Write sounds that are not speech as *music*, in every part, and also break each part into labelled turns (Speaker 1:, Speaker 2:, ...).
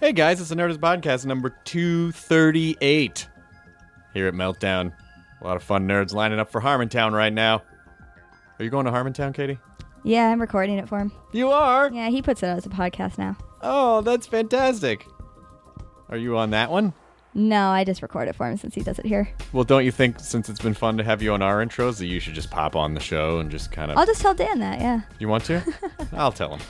Speaker 1: Hey guys, it's the Nerdist Podcast number 238 here at Meltdown. A lot of fun nerds lining up for Harmontown right now. Are you going to Harmontown, Katie?
Speaker 2: Yeah, I'm recording it for him.
Speaker 1: You are?
Speaker 2: Yeah, he puts it out as a podcast now.
Speaker 1: Oh, that's fantastic. Are you on that one?
Speaker 2: No, I just record it for him since he does it here.
Speaker 1: Well, don't you think since it's been fun to have you on our intros that you should just pop on the show and just kind of.
Speaker 2: I'll just tell Dan that, yeah.
Speaker 1: You want *laughs* to? I'll tell him.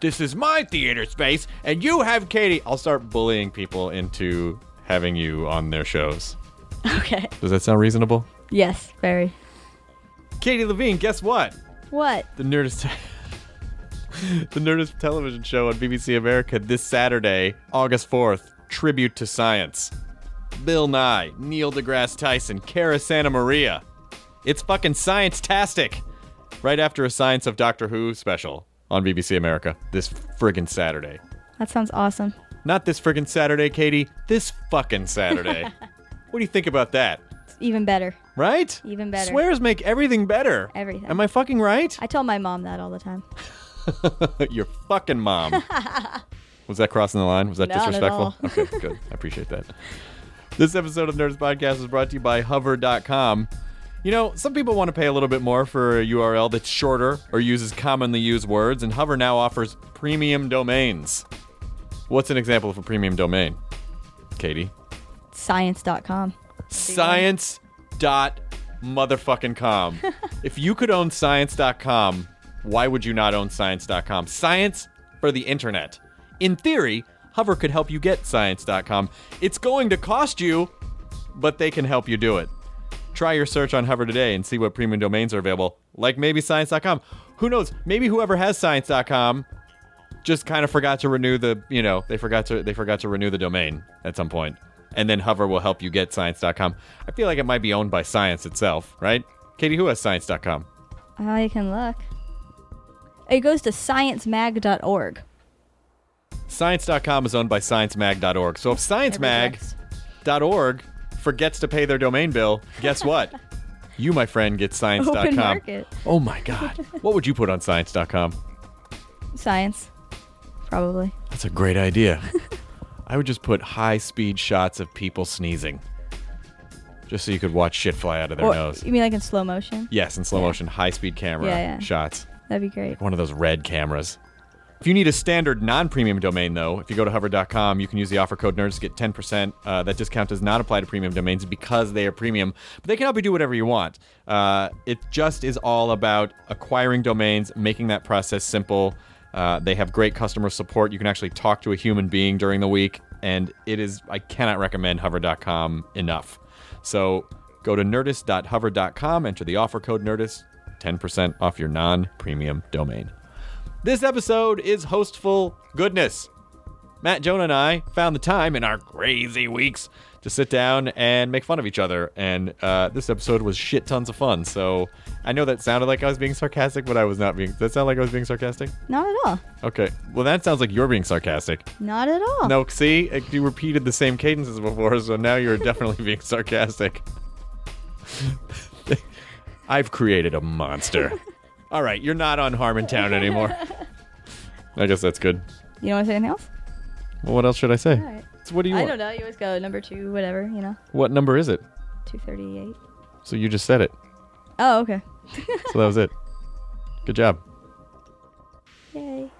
Speaker 1: this is my theater space, and you have Katie. I'll start bullying people into having you on their shows.
Speaker 2: *laughs* Okay.
Speaker 1: Does that sound reasonable?
Speaker 2: Yes, very.
Speaker 1: Katie Levine, guess what?
Speaker 2: What?
Speaker 1: The Nerdist *laughs* The Nerdist television show on BBC America this Saturday, August 4th, Tribute to Science. Bill Nye, Neil deGrasse Tyson, Kara Santa Maria. It's fucking science tastic. Right after a Science of Doctor Who special on BBC America this friggin' Saturday.
Speaker 2: That sounds awesome.
Speaker 1: Not this friggin' Saturday, Katie. This fucking
Speaker 2: *laughs*
Speaker 1: Saturday. what do you think about that?
Speaker 2: It's even better.
Speaker 1: Right?
Speaker 2: Even better.
Speaker 1: Swears make everything better.
Speaker 2: Everything.
Speaker 1: Am I fucking right?
Speaker 2: I tell my mom that all the time.
Speaker 1: *laughs* Your fucking
Speaker 2: *laughs*
Speaker 1: mom. Was that crossing the line? Was that
Speaker 2: Not at
Speaker 1: disrespectful?
Speaker 2: all.
Speaker 1: Okay, good. I appreciate that. This episode of Nerds Podcast is brought to you by Hover.com. You know, some people want to pay a little bit more for a URL that's shorter or uses commonly used words, and Hover now offers premium domains. What's an example of a premium domain? Katie?
Speaker 2: Science.com.
Speaker 1: science dot motherfucking com. if you could own science.com, why would you not own science.com? Science for the internet. In theory, Hover could help you get science.com. It's going to cost you, but they can help you do it. Try your search on Hover today and see what premium domains are available, like maybe science.com. Who knows? Maybe whoever has science.com just kind of forgot to renew the you know they forgot to they forgot to renew the domain at some point and then hover will help you get science.com i feel like it might be owned by science itself right katie who has science.com
Speaker 2: Oh, you can look. It goes to sciencemag.org.
Speaker 1: science.com is owned by sciencemag.org so if
Speaker 2: Every
Speaker 1: sciencemag.org forgets to pay their domain bill guess
Speaker 2: *laughs*
Speaker 1: what you my friend get science.com
Speaker 2: Open market.
Speaker 1: oh my god what would you put on science.com
Speaker 2: Science. Probably.
Speaker 1: That's a great
Speaker 2: *laughs*
Speaker 1: idea. I would just put high speed shots of people sneezing. Just so you could watch shit fly out of their
Speaker 2: Or-
Speaker 1: nose.
Speaker 2: you mean like in slow motion?
Speaker 1: Yes, in slow motion, high speed camera
Speaker 2: Yeah, yeah.
Speaker 1: shots.
Speaker 2: That'd be great.
Speaker 1: One of those red cameras. If you need a standard non premium domain, though, if you go to hover.com, you can use the offer code NERDS to get 10%. Uh, that discount does not apply to premium domains because they are premium, but they can help you do whatever you want. Uh, it just is all about acquiring domains, making that process simple. Uh, they have great customer support. You can actually talk to a human being during the week, and it is, I cannot recommend hover.com enough. So go to nerdist.hover.com, enter the offer code NERDIST, 10% off your non premium domain. This episode is hostful goodness. Matt, Jonah, and I found the time in our crazy weeks to sit down and make fun of each other. And uh, this episode was shit tons of fun. So I know that sounded like I was being sarcastic, but I was not being. Does that sound like I was being sarcastic?
Speaker 2: Not at all.
Speaker 1: Okay. Well, that sounds like you're being sarcastic.
Speaker 2: Not at all.
Speaker 1: No, see, you repeated the same cadences before, so now
Speaker 2: *laughs*
Speaker 1: you're definitely being sarcastic. *laughs* I've created a
Speaker 2: *laughs*
Speaker 1: monster. All right, you're not on Harmontown anymore. I guess that's good.
Speaker 2: You don't want to say anything else?
Speaker 1: Well, what else should I say?
Speaker 2: All right.
Speaker 1: So what do you
Speaker 2: I
Speaker 1: want?
Speaker 2: don't know. You always go number two, whatever, you know,
Speaker 1: What number is it?
Speaker 2: 238.
Speaker 1: So you just said it.
Speaker 2: Oh, okay.
Speaker 1: So that was it. Good job.
Speaker 2: Yay.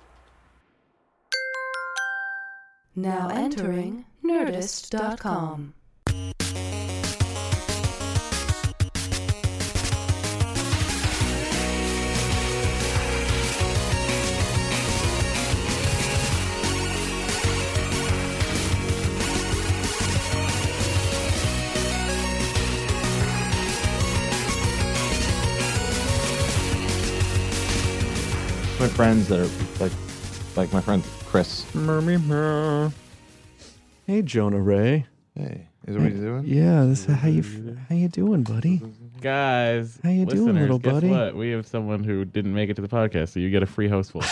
Speaker 2: Now entering Nerdist.com.
Speaker 3: my friends that are like like my friend Chris.
Speaker 1: Hey, Jonah Ray.
Speaker 3: Hey, is what he's doing?
Speaker 1: Yeah, this how you how you doing, buddy?
Speaker 4: Guys,
Speaker 1: How you doing,
Speaker 4: listeners,
Speaker 1: little
Speaker 4: guess
Speaker 1: buddy?
Speaker 4: What? We have someone who didn't make it to the podcast, so you get a free host full.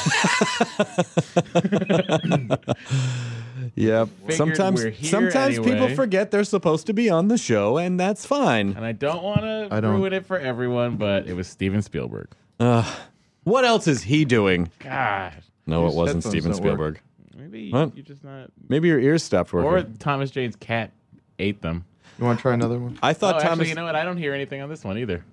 Speaker 1: Yep.
Speaker 4: Figured
Speaker 1: sometimes
Speaker 4: we're here
Speaker 1: sometimes people
Speaker 4: anyway.
Speaker 1: forget they're supposed to be on the show, and that's fine.
Speaker 4: and I don't want to
Speaker 3: I don't-
Speaker 4: ruin it for everyone, but it was Steven Spielberg.
Speaker 1: What else is he doing?
Speaker 4: God,
Speaker 1: No,
Speaker 3: His
Speaker 1: it wasn't
Speaker 3: headphones
Speaker 1: Steven
Speaker 3: don't
Speaker 1: Spielberg.
Speaker 3: work.
Speaker 4: maybe
Speaker 1: What?
Speaker 4: you just not.
Speaker 1: Maybe your ears stopped working.
Speaker 4: Or Thomas Jane's cat ate them.
Speaker 3: You want to try another one?
Speaker 1: I
Speaker 4: Oh,
Speaker 1: thought Thomas.
Speaker 4: actually, you know what? I don't hear anything on this one either.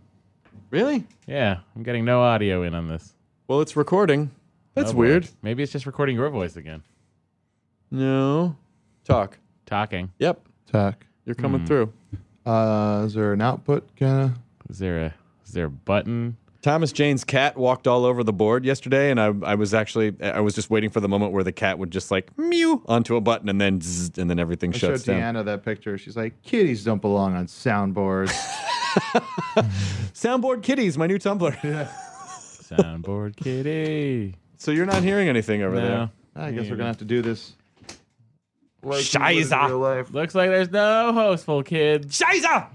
Speaker 1: really?
Speaker 4: Yeah, I'm getting no audio in on this.
Speaker 1: Well, it's recording. That's
Speaker 4: Oh, boy.
Speaker 1: weird.
Speaker 4: Maybe it's just recording your voice again.
Speaker 1: No. Talk.
Speaker 4: Talking.
Speaker 1: Yep.
Speaker 3: Tack.
Speaker 1: You're coming through.
Speaker 3: Hmm. Uh, is there an output kind of?
Speaker 4: Is there a is there a button?
Speaker 1: Thomas Jane's cat walked all over the board yesterday, and I, I was actually I was just waiting for the moment where the cat would just like mew onto a button, and then zzz, and then everything
Speaker 3: I showed
Speaker 1: shuts down.
Speaker 3: Deanna that picture. She's like, kitties don't belong on soundboards.
Speaker 1: Soundboard kitties, my new Tumblr. *laughs*
Speaker 4: Soundboard kitty.
Speaker 1: so you're not hearing anything over
Speaker 4: No.
Speaker 1: there.
Speaker 3: I guess we're gonna have to do this. Like
Speaker 1: you would in Shiza. real
Speaker 4: Looks like there's no hostful kids.
Speaker 1: Shiza!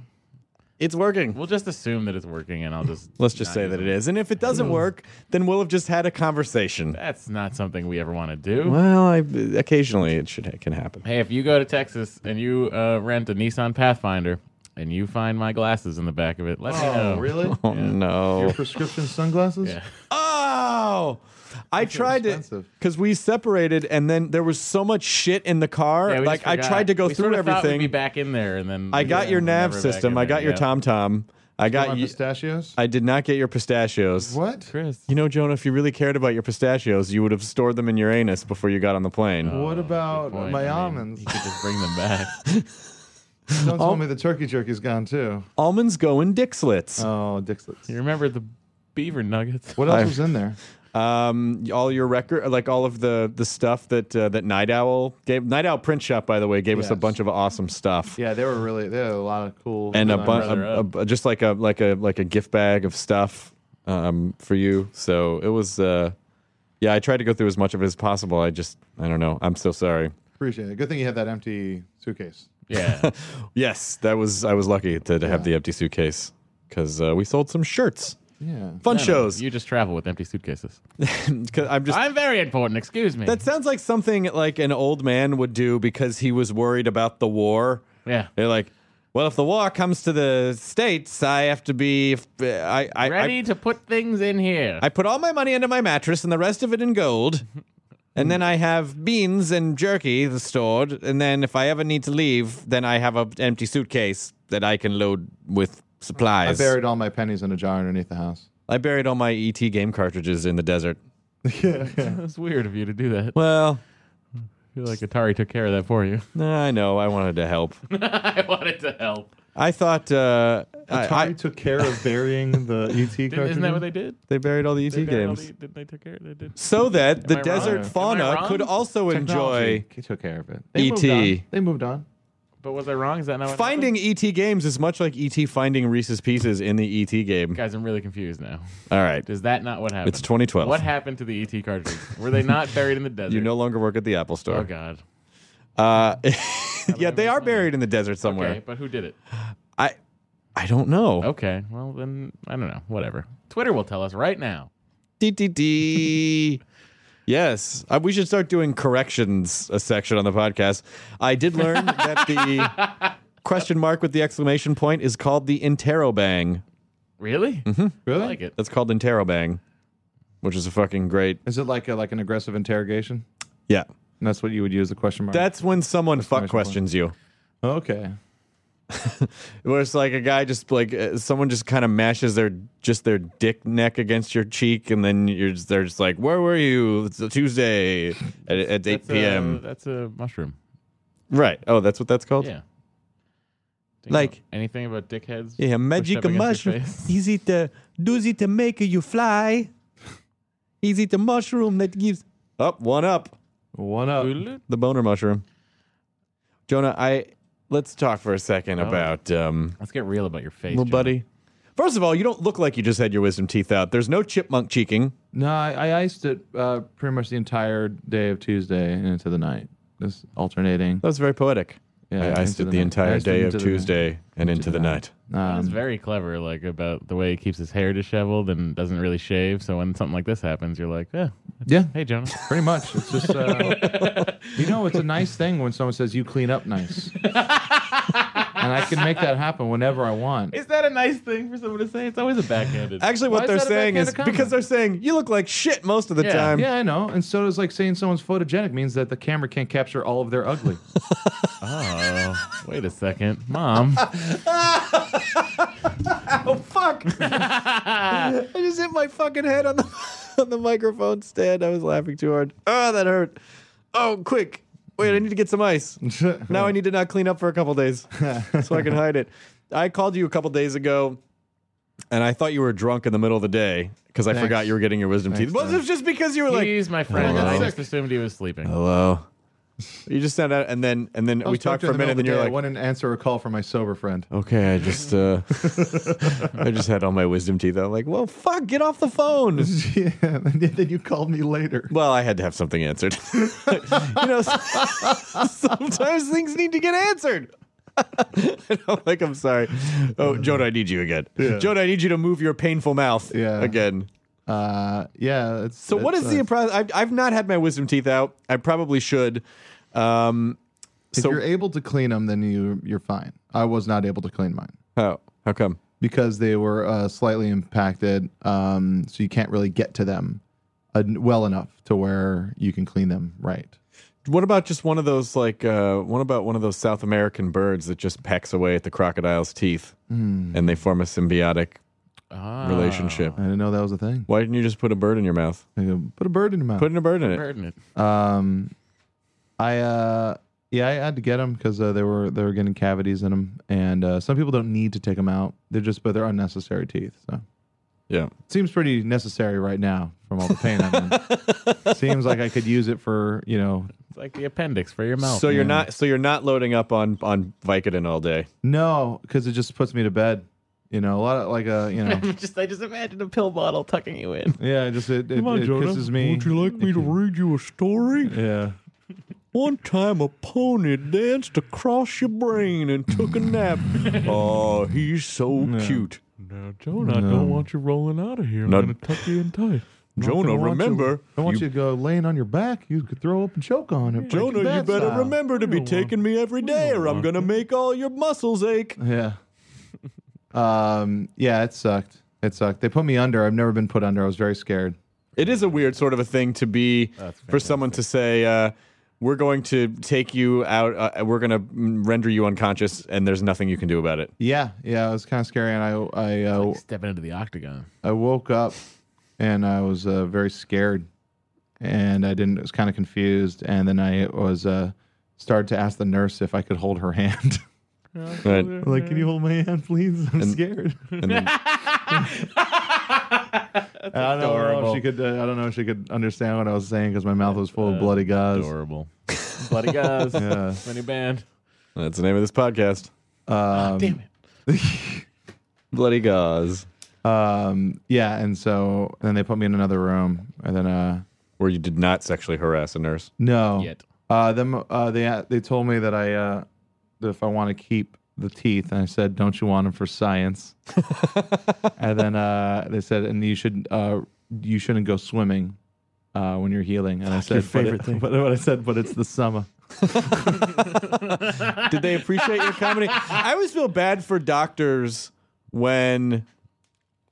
Speaker 1: It's working.
Speaker 4: We'll just assume that it's working, and I'll just
Speaker 1: Let's just say that it is. And if it doesn't work, then we'll have just had a conversation.
Speaker 4: that's not something we ever want to do.
Speaker 1: Well, I, occasionally it should it can happen.
Speaker 4: Hey, if you go to Texas and you uh, rent a Nissan Pathfinder and you find my glasses in the back of it, let me know. *laughs*
Speaker 3: Oh, really? *laughs*
Speaker 1: Oh no.
Speaker 3: Prescription sunglasses?
Speaker 4: Yeah.
Speaker 1: Oh, I tried to
Speaker 3: expensive.
Speaker 1: because we separated, and then there was so much shit in the car.
Speaker 4: Yeah, we
Speaker 1: like
Speaker 4: just
Speaker 1: I
Speaker 4: forgot.
Speaker 1: tried to go
Speaker 4: We
Speaker 1: through
Speaker 4: sort of thought we'd be
Speaker 1: everything.
Speaker 4: back in there, and then
Speaker 1: I got your
Speaker 4: Yeah,
Speaker 1: nav
Speaker 4: never back
Speaker 1: system.
Speaker 4: in
Speaker 1: I got
Speaker 4: there,
Speaker 1: your
Speaker 4: yeah.
Speaker 1: tom tom. I got
Speaker 3: Want
Speaker 1: you.
Speaker 3: pistachios?
Speaker 1: I did not get your pistachios.
Speaker 3: what?
Speaker 4: Chris.
Speaker 1: You know, Jonah, if you really cared about your pistachios, you would have stored them in your anus before you got on the plane.
Speaker 4: Oh.
Speaker 3: what about
Speaker 4: Point.
Speaker 3: my
Speaker 4: I mean,
Speaker 3: almonds?
Speaker 4: You could just bring them back.
Speaker 3: *laughs*
Speaker 4: Oh.
Speaker 3: Don't tell me the turkey jerky's gone too.
Speaker 1: Almonds go in Dixlets.
Speaker 3: Oh, Dixlets.
Speaker 4: you remember the beaver nuggets?
Speaker 3: What else
Speaker 1: I-
Speaker 3: was in there?
Speaker 1: Um, all your record, like all of the the stuff that uh, that Night Owl gave. Night Owl Print Shop, by the way, gave us a
Speaker 3: Yes.
Speaker 1: bunch of awesome stuff.
Speaker 3: Yeah, they were really they had a lot of cool
Speaker 1: and a
Speaker 3: designs.
Speaker 1: bunch, a, a- just like a like a like a gift bag of stuff um, for you. So it was, uh, yeah. I tried to go through as much of it as possible. I just, I don't know. I'm so sorry.
Speaker 3: Appreciate it. Good thing you had that empty suitcase.
Speaker 4: Yeah.
Speaker 1: Yes, that was. I was lucky to, to have the empty suitcase because uh, we sold some shirts,
Speaker 3: Yeah.
Speaker 1: fun shows.
Speaker 4: you just travel with empty suitcases.
Speaker 1: 'Cause I'm just.
Speaker 4: I'm very important. Excuse me.
Speaker 1: that sounds like something like an old man would do because he was worried about the war.
Speaker 4: yeah.
Speaker 1: They're like, well, if the war comes to the states, I have to be. If, I, I,
Speaker 4: Ready
Speaker 1: I,
Speaker 4: to put things in here.
Speaker 1: *laughs* I put all my money into my mattress and the rest of it in gold. And then I have beans and jerky that's stored. And then if I ever need to leave, then I have an empty suitcase that I can load with
Speaker 3: I
Speaker 1: supplies.
Speaker 3: buried all my pennies in a jar underneath the house. *laughs*
Speaker 1: I buried all my ET game cartridges in the desert.
Speaker 4: *laughs* That's weird of you to do that.
Speaker 1: Well,
Speaker 4: I feel like Atari took care of that for you.
Speaker 1: I know. I wanted to help.
Speaker 4: *laughs* I wanted to help.
Speaker 1: I thought uh, I,
Speaker 3: Atari
Speaker 1: I-
Speaker 3: took care of burying the ET
Speaker 4: *laughs*
Speaker 3: cartridge.
Speaker 4: Didn't, isn't that what they did?
Speaker 1: they buried all the ET
Speaker 4: They got all
Speaker 1: games.
Speaker 4: the- didn't they take care of it? They did.
Speaker 1: so that the
Speaker 4: I wrong?
Speaker 1: desert
Speaker 4: Am I
Speaker 1: fauna
Speaker 4: wrong?
Speaker 1: could also enjoy.
Speaker 3: He took care of it. E They moved
Speaker 1: ET.
Speaker 3: on. They moved on.
Speaker 4: But was I wrong? Is that not what
Speaker 1: Finding
Speaker 4: happened?
Speaker 1: ET games is much like ET finding Reese's Pieces in the ET game.
Speaker 4: guys? I'm really confused now.
Speaker 1: All right.
Speaker 4: Is that not what happened?
Speaker 1: It's 2012.
Speaker 4: What happened to the ET cartridges? Were they not buried in the *laughs* desert?
Speaker 1: You no longer work at the Apple Store.
Speaker 4: Oh God.
Speaker 1: Uh, *laughs* yeah, they are buried in the desert somewhere.
Speaker 4: Okay, but who did it?
Speaker 1: I, I don't
Speaker 3: Oh.
Speaker 1: know.
Speaker 4: Okay. Well, then I don't know. Whatever. Twitter will tell us right now.
Speaker 1: Dee, dee, dee. yes, Uh, we should start doing corrections a section on the podcast. I did
Speaker 3: *laughs*
Speaker 1: learn that the question mark with the exclamation point is called the interrobang.
Speaker 4: Really?
Speaker 1: Mm-hmm.
Speaker 3: Really?
Speaker 4: I like it.
Speaker 1: That's called interrobang, which is a fucking great.
Speaker 3: Is it like a, like an aggressive interrogation?
Speaker 1: Yeah,
Speaker 3: And that's what you would use the question mark.
Speaker 1: that's when someone fuck
Speaker 3: Exclamation point.
Speaker 1: questions you.
Speaker 3: okay.
Speaker 1: where it's like a guy just like uh, someone just kind of mashes their just their dick neck against your cheek, and then you're just, they're just like, "Where were you? It's a Tuesday at, at eight
Speaker 4: That's uh, a-
Speaker 1: p.m."
Speaker 4: that's a mushroom.
Speaker 1: right? Oh, that's what that's called.
Speaker 4: Yeah. Do you
Speaker 1: Like-
Speaker 4: know anything about dickheads?
Speaker 1: Yeah,
Speaker 4: pushed
Speaker 1: magic
Speaker 4: up against your
Speaker 1: mushroom.
Speaker 4: face?
Speaker 1: Easy to doozy to make you fly. Easy to mushroom that gives up one up
Speaker 3: One up.
Speaker 1: the boner mushroom. Jonah, I let's talk for a second about um,
Speaker 4: Let's get real about your face,
Speaker 1: little
Speaker 4: Oh. Jonah.
Speaker 1: buddy. First of all, you don't look like you just had your wisdom teeth out. There's no chipmunk cheeking.
Speaker 3: No, I, I iced it uh, pretty much the entire day of Tuesday and into the night, just alternating.
Speaker 1: That was very poetic.
Speaker 3: Yeah,
Speaker 1: I
Speaker 3: into
Speaker 1: iced it
Speaker 3: the
Speaker 1: the
Speaker 3: night.
Speaker 1: entire
Speaker 3: Iced it
Speaker 1: day
Speaker 3: into
Speaker 1: of
Speaker 3: the
Speaker 1: Tuesday and into the night.
Speaker 4: It's
Speaker 3: Um,
Speaker 4: very clever, like about the way he keeps his hair disheveled and doesn't really shave. So when something like this happens, you're like, yeah,
Speaker 3: yeah,
Speaker 4: hey, Jonah.
Speaker 3: *laughs* pretty much. It's just uh, you know, it's a nice thing when someone says you clean up nice, and I can make that happen whenever I want.
Speaker 4: Is that a nice thing for someone to say? It's always a
Speaker 3: *laughs*
Speaker 4: backhanded.
Speaker 1: Actually,
Speaker 3: Why
Speaker 1: what
Speaker 3: is
Speaker 1: they're
Speaker 3: that a
Speaker 1: saying is
Speaker 3: backhanded comment?
Speaker 1: because they're saying you look like shit most of the
Speaker 4: Yeah,
Speaker 1: time.
Speaker 3: Yeah, I know. And so does like saying someone's photogenic means that the camera can't capture all of
Speaker 1: *laughs*
Speaker 3: their ugly.
Speaker 4: oh, wait a second,
Speaker 3: *laughs*
Speaker 4: mom.
Speaker 1: Oh
Speaker 3: *laughs*
Speaker 1: fuck! I just hit my fucking head on the *laughs* on the microphone stand. I was laughing too hard. Oh, that hurt. Oh, quick! Wait, I need to get some
Speaker 3: *laughs*
Speaker 1: ice. now I need to not clean up for a couple days so I can hide it. I called you a couple days ago, and I thought you were drunk in the middle of the day because I
Speaker 3: Thanks.
Speaker 1: forgot you were getting your wisdom teeth. But it was just because you were like,
Speaker 4: He's my friend.
Speaker 1: Hello.
Speaker 4: I just assumed he was sleeping.
Speaker 1: "Hello." You just sent out, and then and then
Speaker 3: I
Speaker 1: Oh. we
Speaker 3: was
Speaker 1: talked
Speaker 3: drunk
Speaker 1: for a
Speaker 3: during the
Speaker 1: minute,
Speaker 3: middle
Speaker 1: and
Speaker 3: of the
Speaker 1: you're
Speaker 3: day.
Speaker 1: like, Oh.
Speaker 3: I wouldn't answer a call from my sober friend.
Speaker 1: Okay, I just uh I just had all my wisdom teeth. I'm like, well, fuck, get off the *laughs* phone.
Speaker 3: *laughs* yeah, and then you called me later.
Speaker 1: Well, I had to have something answered. *laughs* you know, sometimes things need to get answered. *laughs* And I'm like, I'm sorry. Oh, Jonah, I need you again. Jonah, I need you to move your painful mouth
Speaker 3: Yeah.
Speaker 1: again.
Speaker 3: Uh, yeah. uh, It's,
Speaker 1: So, what is the impress? I've, I've not had my wisdom teeth out. I probably should. Um,
Speaker 3: If
Speaker 1: so,
Speaker 3: you're able to clean them, then you you're fine. I was not able to clean mine
Speaker 1: oh, how come?
Speaker 3: because they were uh, slightly impacted, um, so you can't really get to them uh, well enough to where you can clean them right.
Speaker 1: What about just one of those like uh, what about one of those South American birds that just pecks away at the crocodile's teeth
Speaker 3: Hmm.
Speaker 1: and they form a symbiotic
Speaker 4: Ah,
Speaker 1: relationship?
Speaker 3: I didn't know that was a thing.
Speaker 1: Why didn't you just put a bird in your mouth?
Speaker 3: I go, Put a bird in your mouth.
Speaker 1: Putting a bird in it.
Speaker 4: Heard it.
Speaker 3: Um, I uh, yeah, I had to get them because uh, they were they were getting cavities in them, and uh, some people don't need to take them out. They're just but they're unnecessary teeth. So
Speaker 1: Yeah.
Speaker 3: seems pretty necessary right now from all the pain
Speaker 4: *laughs*
Speaker 3: I'm in. seems like I could use it for you know.
Speaker 4: It's like the appendix for your
Speaker 3: Oh,
Speaker 4: mouth.
Speaker 1: So you're not so you're not loading up on on Vicodin all day.
Speaker 3: No, because it just puts me to bed. You know, a lot of like a
Speaker 4: *laughs*
Speaker 3: you know.
Speaker 4: just I just imagine a pill bottle tucking you in.
Speaker 3: Yeah, just it, it, it pisses me.
Speaker 1: like me to read you a story?
Speaker 3: yeah.
Speaker 1: One time a pony danced across your brain and took a
Speaker 3: *laughs*
Speaker 1: nap. oh, he's so cute.
Speaker 4: No, Jonah, I don't want you rolling out of here. I'm
Speaker 1: No.
Speaker 4: gonna tuck you in tight.
Speaker 1: Jonah,
Speaker 3: I want you-
Speaker 1: remember
Speaker 3: I want
Speaker 1: you-
Speaker 3: you, to go laying on your back. You could throw up and choke on it.
Speaker 1: Jonah,
Speaker 3: Breaking
Speaker 1: you
Speaker 3: Bad
Speaker 1: better
Speaker 3: style.
Speaker 1: remember to be taking me every day, or I'm gonna make all your muscles ache.
Speaker 3: Yeah. *laughs* um. Yeah, it sucked. It sucked. They put me under. I've never been put under. I was very scared.
Speaker 1: It is a weird sort of a thing to be for someone to say, uh, "We're going to take you out. Uh, we're going to render you unconscious, and there's nothing you can do about it."
Speaker 3: Yeah, yeah, it was kind of scary, and I I uh,
Speaker 4: Stepping into the octagon.
Speaker 3: I woke up and I was uh, very scared and I didn't was kind of confused and then I was uh, started to ask the nurse if I could hold her *laughs* hand.
Speaker 1: Right?
Speaker 3: like, can you hold my hand, please? I'm scared.
Speaker 1: Mm-hmm. And then- *laughs*
Speaker 3: I don't know if she could. Uh, I don't know if she could understand what I was saying because my mouth was full of bloody gauze. *laughs*
Speaker 4: Adorable. Bloody guys.
Speaker 3: Yeah.
Speaker 4: Funny band.
Speaker 1: that's the name of this podcast.
Speaker 3: Um,
Speaker 4: Damn it.
Speaker 1: *laughs* Bloody gauze.
Speaker 3: um, yeah, and so then they put me in another room, and then uh,
Speaker 1: Where you did not sexually harass a nurse.
Speaker 3: No.
Speaker 4: Yet.
Speaker 3: Uh, them. Uh, they they told me that I uh, that if I want to keep the teeth, and I said, "Don't you want them for science?" and then uh, they said, "And you should uh, you shouldn't go swimming uh, when you're healing." And I said,
Speaker 1: your
Speaker 3: "But
Speaker 1: favorite
Speaker 3: it-
Speaker 1: thing.
Speaker 3: But what I said, but it's the summer.
Speaker 1: Did they appreciate your comedy? I always feel bad for doctors when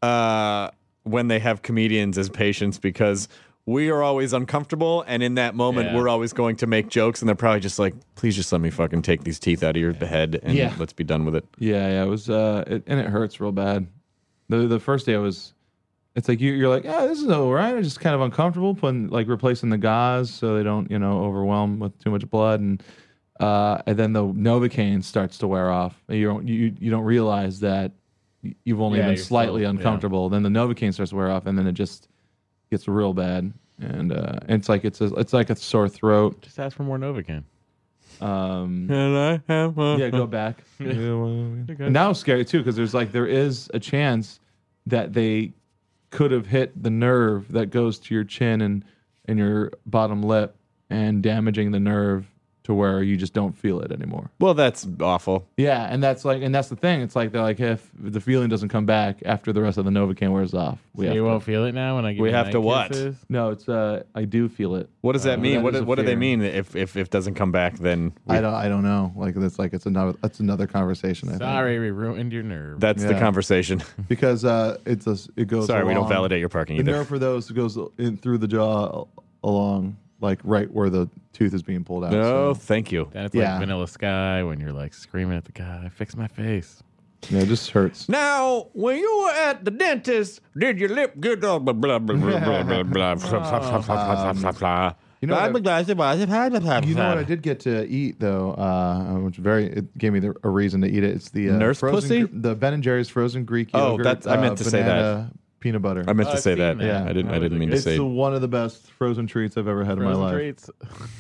Speaker 1: uh when they have comedians as patients because we are always uncomfortable, and in that moment,
Speaker 2: Yeah.
Speaker 1: we're always going to make jokes, and they're probably just like, "Please just let me fucking take these teeth out of your head, and
Speaker 3: Yeah.
Speaker 1: let's be done with it."
Speaker 3: Yeah, yeah, it was, uh, it, and it hurts real bad. The the first day I was, it's like you, you're like, oh, this is all right. It's just kind of uncomfortable putting like replacing the gauze so they don't, you know, overwhelm with too much blood, and uh, and then the novocaine starts to wear off. You don't you you don't realize that y- you've only
Speaker 2: Yeah,
Speaker 3: been
Speaker 2: you're
Speaker 3: slightly
Speaker 2: still- yeah.
Speaker 3: uncomfortable. Then the novocaine starts to wear off, and then it just gets real bad, and uh, it's like it's a, it's like a sore throat.
Speaker 2: Just ask for more Novocaine.
Speaker 3: Um,
Speaker 2: And I have
Speaker 3: yeah, *laughs* go back. And Now it's scary too because there's like there is a chance that they could have hit the nerve that goes to your chin and and your bottom lip and damaging the nerve to where you just don't feel it anymore.
Speaker 1: Well, that's awful.
Speaker 3: Yeah, and that's like and that's the thing. It's like they're like if the feeling doesn't come back after the rest of the novocaine wears off, we
Speaker 2: So
Speaker 3: have
Speaker 2: you
Speaker 3: to-
Speaker 2: won't feel it now when I give
Speaker 1: We
Speaker 2: you
Speaker 1: have
Speaker 2: night
Speaker 1: to what?
Speaker 2: kisses?
Speaker 3: no, it's uh I do feel it.
Speaker 1: What does that mean?
Speaker 3: Uh, that
Speaker 1: what
Speaker 3: is
Speaker 1: do,
Speaker 3: a
Speaker 1: what do they
Speaker 3: fear.
Speaker 1: mean? If if if doesn't come back, then we-
Speaker 3: I don't I don't know. Like that's like it's another that's another conversation. I think.
Speaker 2: Sorry, we ruined your nerve.
Speaker 1: that's the
Speaker 3: Yeah.
Speaker 1: conversation.
Speaker 3: because uh, it's a, it goes.
Speaker 1: Sorry, we don't
Speaker 3: along-
Speaker 1: validate your parking
Speaker 3: The
Speaker 1: either.
Speaker 3: nerve for those goes in through the jaw along, like right where the tooth is being pulled out.
Speaker 1: No,
Speaker 3: so-
Speaker 1: thank you.
Speaker 2: Then it's
Speaker 3: Yeah.
Speaker 2: like Vanilla Sky when you're like screaming at the guy, "Fix my face."
Speaker 3: yeah, it just hurts.
Speaker 1: Now, when you were at the dentist, did your lip get all blah blah blah blah blah blah blah blah blah blah blah?
Speaker 3: You know what
Speaker 1: I,
Speaker 3: You know what I did get to eat though, uh, which very it gave me the, a reason to eat it. It's the uh,
Speaker 1: Nurse
Speaker 3: frozen
Speaker 1: pussy?
Speaker 3: Gr- the Ben and Jerry's frozen Greek.
Speaker 1: Oh,
Speaker 3: yogurt, uh,
Speaker 1: that's- I meant to say that.
Speaker 3: banana, Peanut butter.
Speaker 1: I meant to
Speaker 2: I've
Speaker 1: say
Speaker 2: seen
Speaker 1: that.
Speaker 2: that.
Speaker 1: Yeah, I didn't. I
Speaker 2: That
Speaker 1: didn't mean
Speaker 2: was a
Speaker 1: to
Speaker 2: good-
Speaker 3: it's
Speaker 1: say.
Speaker 3: the, one of the best frozen treats I've ever had in my
Speaker 2: Frozen
Speaker 3: life.
Speaker 2: treats. *laughs*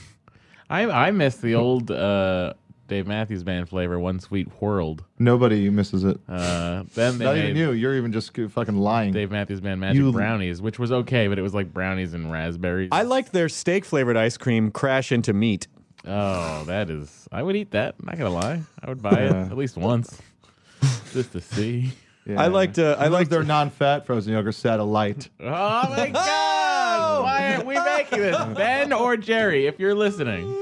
Speaker 2: I I miss the old uh, Dave Matthews Band flavor, "One Sweet World."
Speaker 3: Nobody misses it.
Speaker 2: Uh, then they
Speaker 3: Not
Speaker 2: made
Speaker 3: even you. You're even just fucking lying.
Speaker 2: Dave Matthews Band Magic
Speaker 3: You-
Speaker 2: Brownies, which was okay, but it was like brownies and raspberries.
Speaker 1: I like their steak flavored ice cream crash into meat.
Speaker 2: Oh, that is. I would eat that. Not gonna lie, I would buy it
Speaker 3: Yeah.
Speaker 2: at least once, just to see.
Speaker 3: Yeah.
Speaker 1: I liked. Uh, I
Speaker 3: Those
Speaker 1: liked
Speaker 3: their non-fat frozen yogurt satellite.
Speaker 2: *laughs* Oh my
Speaker 3: *laughs*
Speaker 2: God! Why aren't we making this, Ben
Speaker 3: *laughs*
Speaker 2: or Jerry? If you're listening,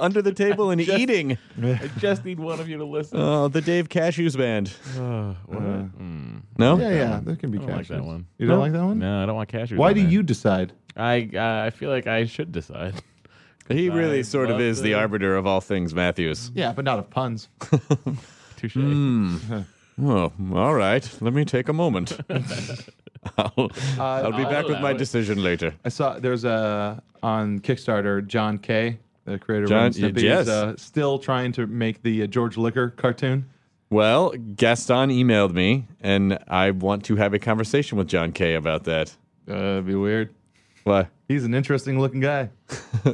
Speaker 1: under the
Speaker 4: *laughs*
Speaker 1: table and eating.
Speaker 2: I just need one of you to listen.
Speaker 1: Oh, the Dave Cashews band.
Speaker 3: Uh,
Speaker 1: No,
Speaker 3: yeah, yeah, there can be
Speaker 2: don't like
Speaker 3: cashews.
Speaker 2: that one.
Speaker 3: You don't like that one?
Speaker 2: No, I don't want cashews.
Speaker 3: Why
Speaker 2: on
Speaker 3: do
Speaker 2: there.
Speaker 3: you decide?
Speaker 2: I uh, I feel like I should decide.
Speaker 1: he really
Speaker 2: I
Speaker 1: sort of
Speaker 2: love
Speaker 1: is the
Speaker 2: the-
Speaker 1: arbiter of all things Matthews.
Speaker 3: *laughs* Yeah, but not of *laughs* puns.
Speaker 2: Touche.
Speaker 1: Oh, all right. Let me take a
Speaker 2: *laughs*
Speaker 1: moment. *laughs* I'll,
Speaker 3: Uh,
Speaker 1: I'll be back with
Speaker 2: allow
Speaker 1: my
Speaker 2: it.
Speaker 1: decision later.
Speaker 3: I saw there's a on Kickstarter John K, the creator
Speaker 1: John-
Speaker 3: of Ren and Stimpy,
Speaker 1: yes.
Speaker 3: is uh, still trying to make the uh, George Liquor cartoon.
Speaker 1: Well, Gaston emailed me, and I want to have a conversation with John Kay about that.
Speaker 3: Uh, it'd be weird.
Speaker 1: What? *laughs*
Speaker 3: He's an interesting looking guy.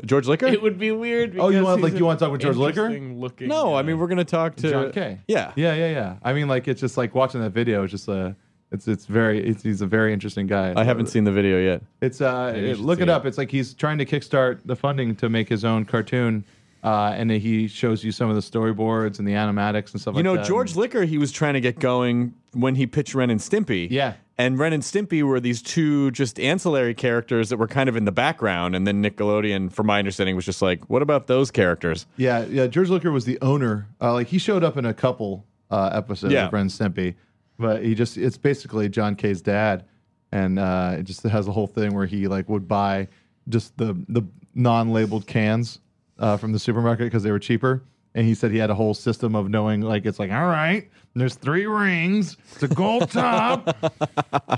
Speaker 1: George Liquor?
Speaker 2: It would be weird.
Speaker 3: Oh, you
Speaker 2: because
Speaker 3: want-
Speaker 2: he's
Speaker 3: like, you
Speaker 2: an
Speaker 3: want to talk with George Liquor?
Speaker 2: interesting Looking
Speaker 1: no, I
Speaker 2: guy.
Speaker 1: mean we're gonna talk to
Speaker 3: John K.
Speaker 1: Yeah.
Speaker 3: Yeah, yeah, yeah. I mean, like it's just like watching that video. It's just uh, it's it's very it's, he's a very interesting guy.
Speaker 1: I haven't seen the video yet.
Speaker 3: It's uh,
Speaker 2: Maybe you
Speaker 3: it-
Speaker 2: should
Speaker 3: look
Speaker 2: see
Speaker 3: it
Speaker 2: it.
Speaker 3: up. It's like he's trying to kickstart the funding to make his own cartoon, uh, and he shows you some of the storyboards and the animatics and stuff.
Speaker 1: You
Speaker 3: like
Speaker 1: know,
Speaker 3: that.
Speaker 1: George Liquor, he was trying to get going when he pitched Ren and Stimpy.
Speaker 3: Yeah.
Speaker 1: And Ren and Stimpy were these two just ancillary characters that were kind of in the background, and then Nickelodeon, from my understanding, was just like, "What about those characters?"
Speaker 3: Yeah, yeah. George Liquor was the owner. Uh, like he showed up in a couple uh, episodes
Speaker 1: Yeah.
Speaker 3: of Ren and Stimpy, but he just it's basically John K's dad, and uh, it just has a whole thing where he like would buy just the the non-labeled cans uh, from the supermarket because they were cheaper. And he said he had a whole system of knowing, like it's like, all right, there's three rings, it's a gold top,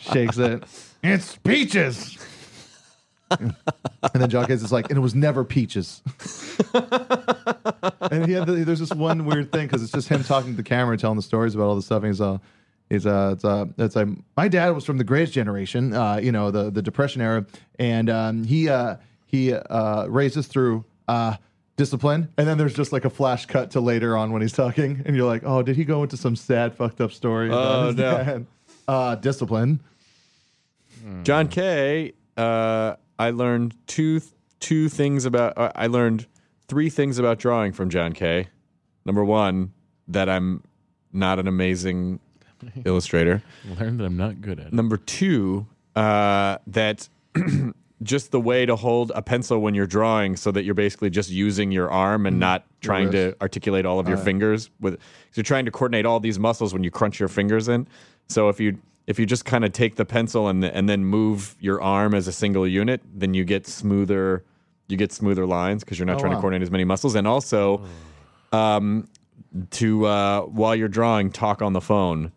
Speaker 3: shakes it, it's peaches. And then John Case is like, and it was
Speaker 1: *laughs*
Speaker 3: never peaches. and he had the, there's this one weird thing because it's just him talking to the camera, telling the stories about all this stuff. And he's all, he's uh, it's uh, it's like my dad was from the greatest generation, uh, you know, the the Depression era, and um, he uh, he uh, raised us through uh, discipline. And then there's just like a flash cut to later on when he's talking, and you're like, oh, did he go into some sad fucked up story? about
Speaker 1: Oh,
Speaker 3: his
Speaker 1: no.
Speaker 3: dad? Uh, discipline.
Speaker 1: John Kay, uh, I learned two two things about. Uh, I learned three things about drawing from John Kay. Number one, that I'm not an amazing illustrator.
Speaker 2: learned that I'm not good at. it.
Speaker 1: Number two, uh, that *clears throat* just the way to hold a pencil when you're drawing so that you're basically just using your arm and not trying to articulate all of your fingers with 'cause you're trying to coordinate all these muscles when you crunch your fingers in so if you if you just kind of take the pencil and and then move your arm as a single unit then you get smoother you get smoother lines because you're not trying to
Speaker 3: wow.
Speaker 1: coordinate as many muscles and also um, to uh, while you're drawing talk on the phone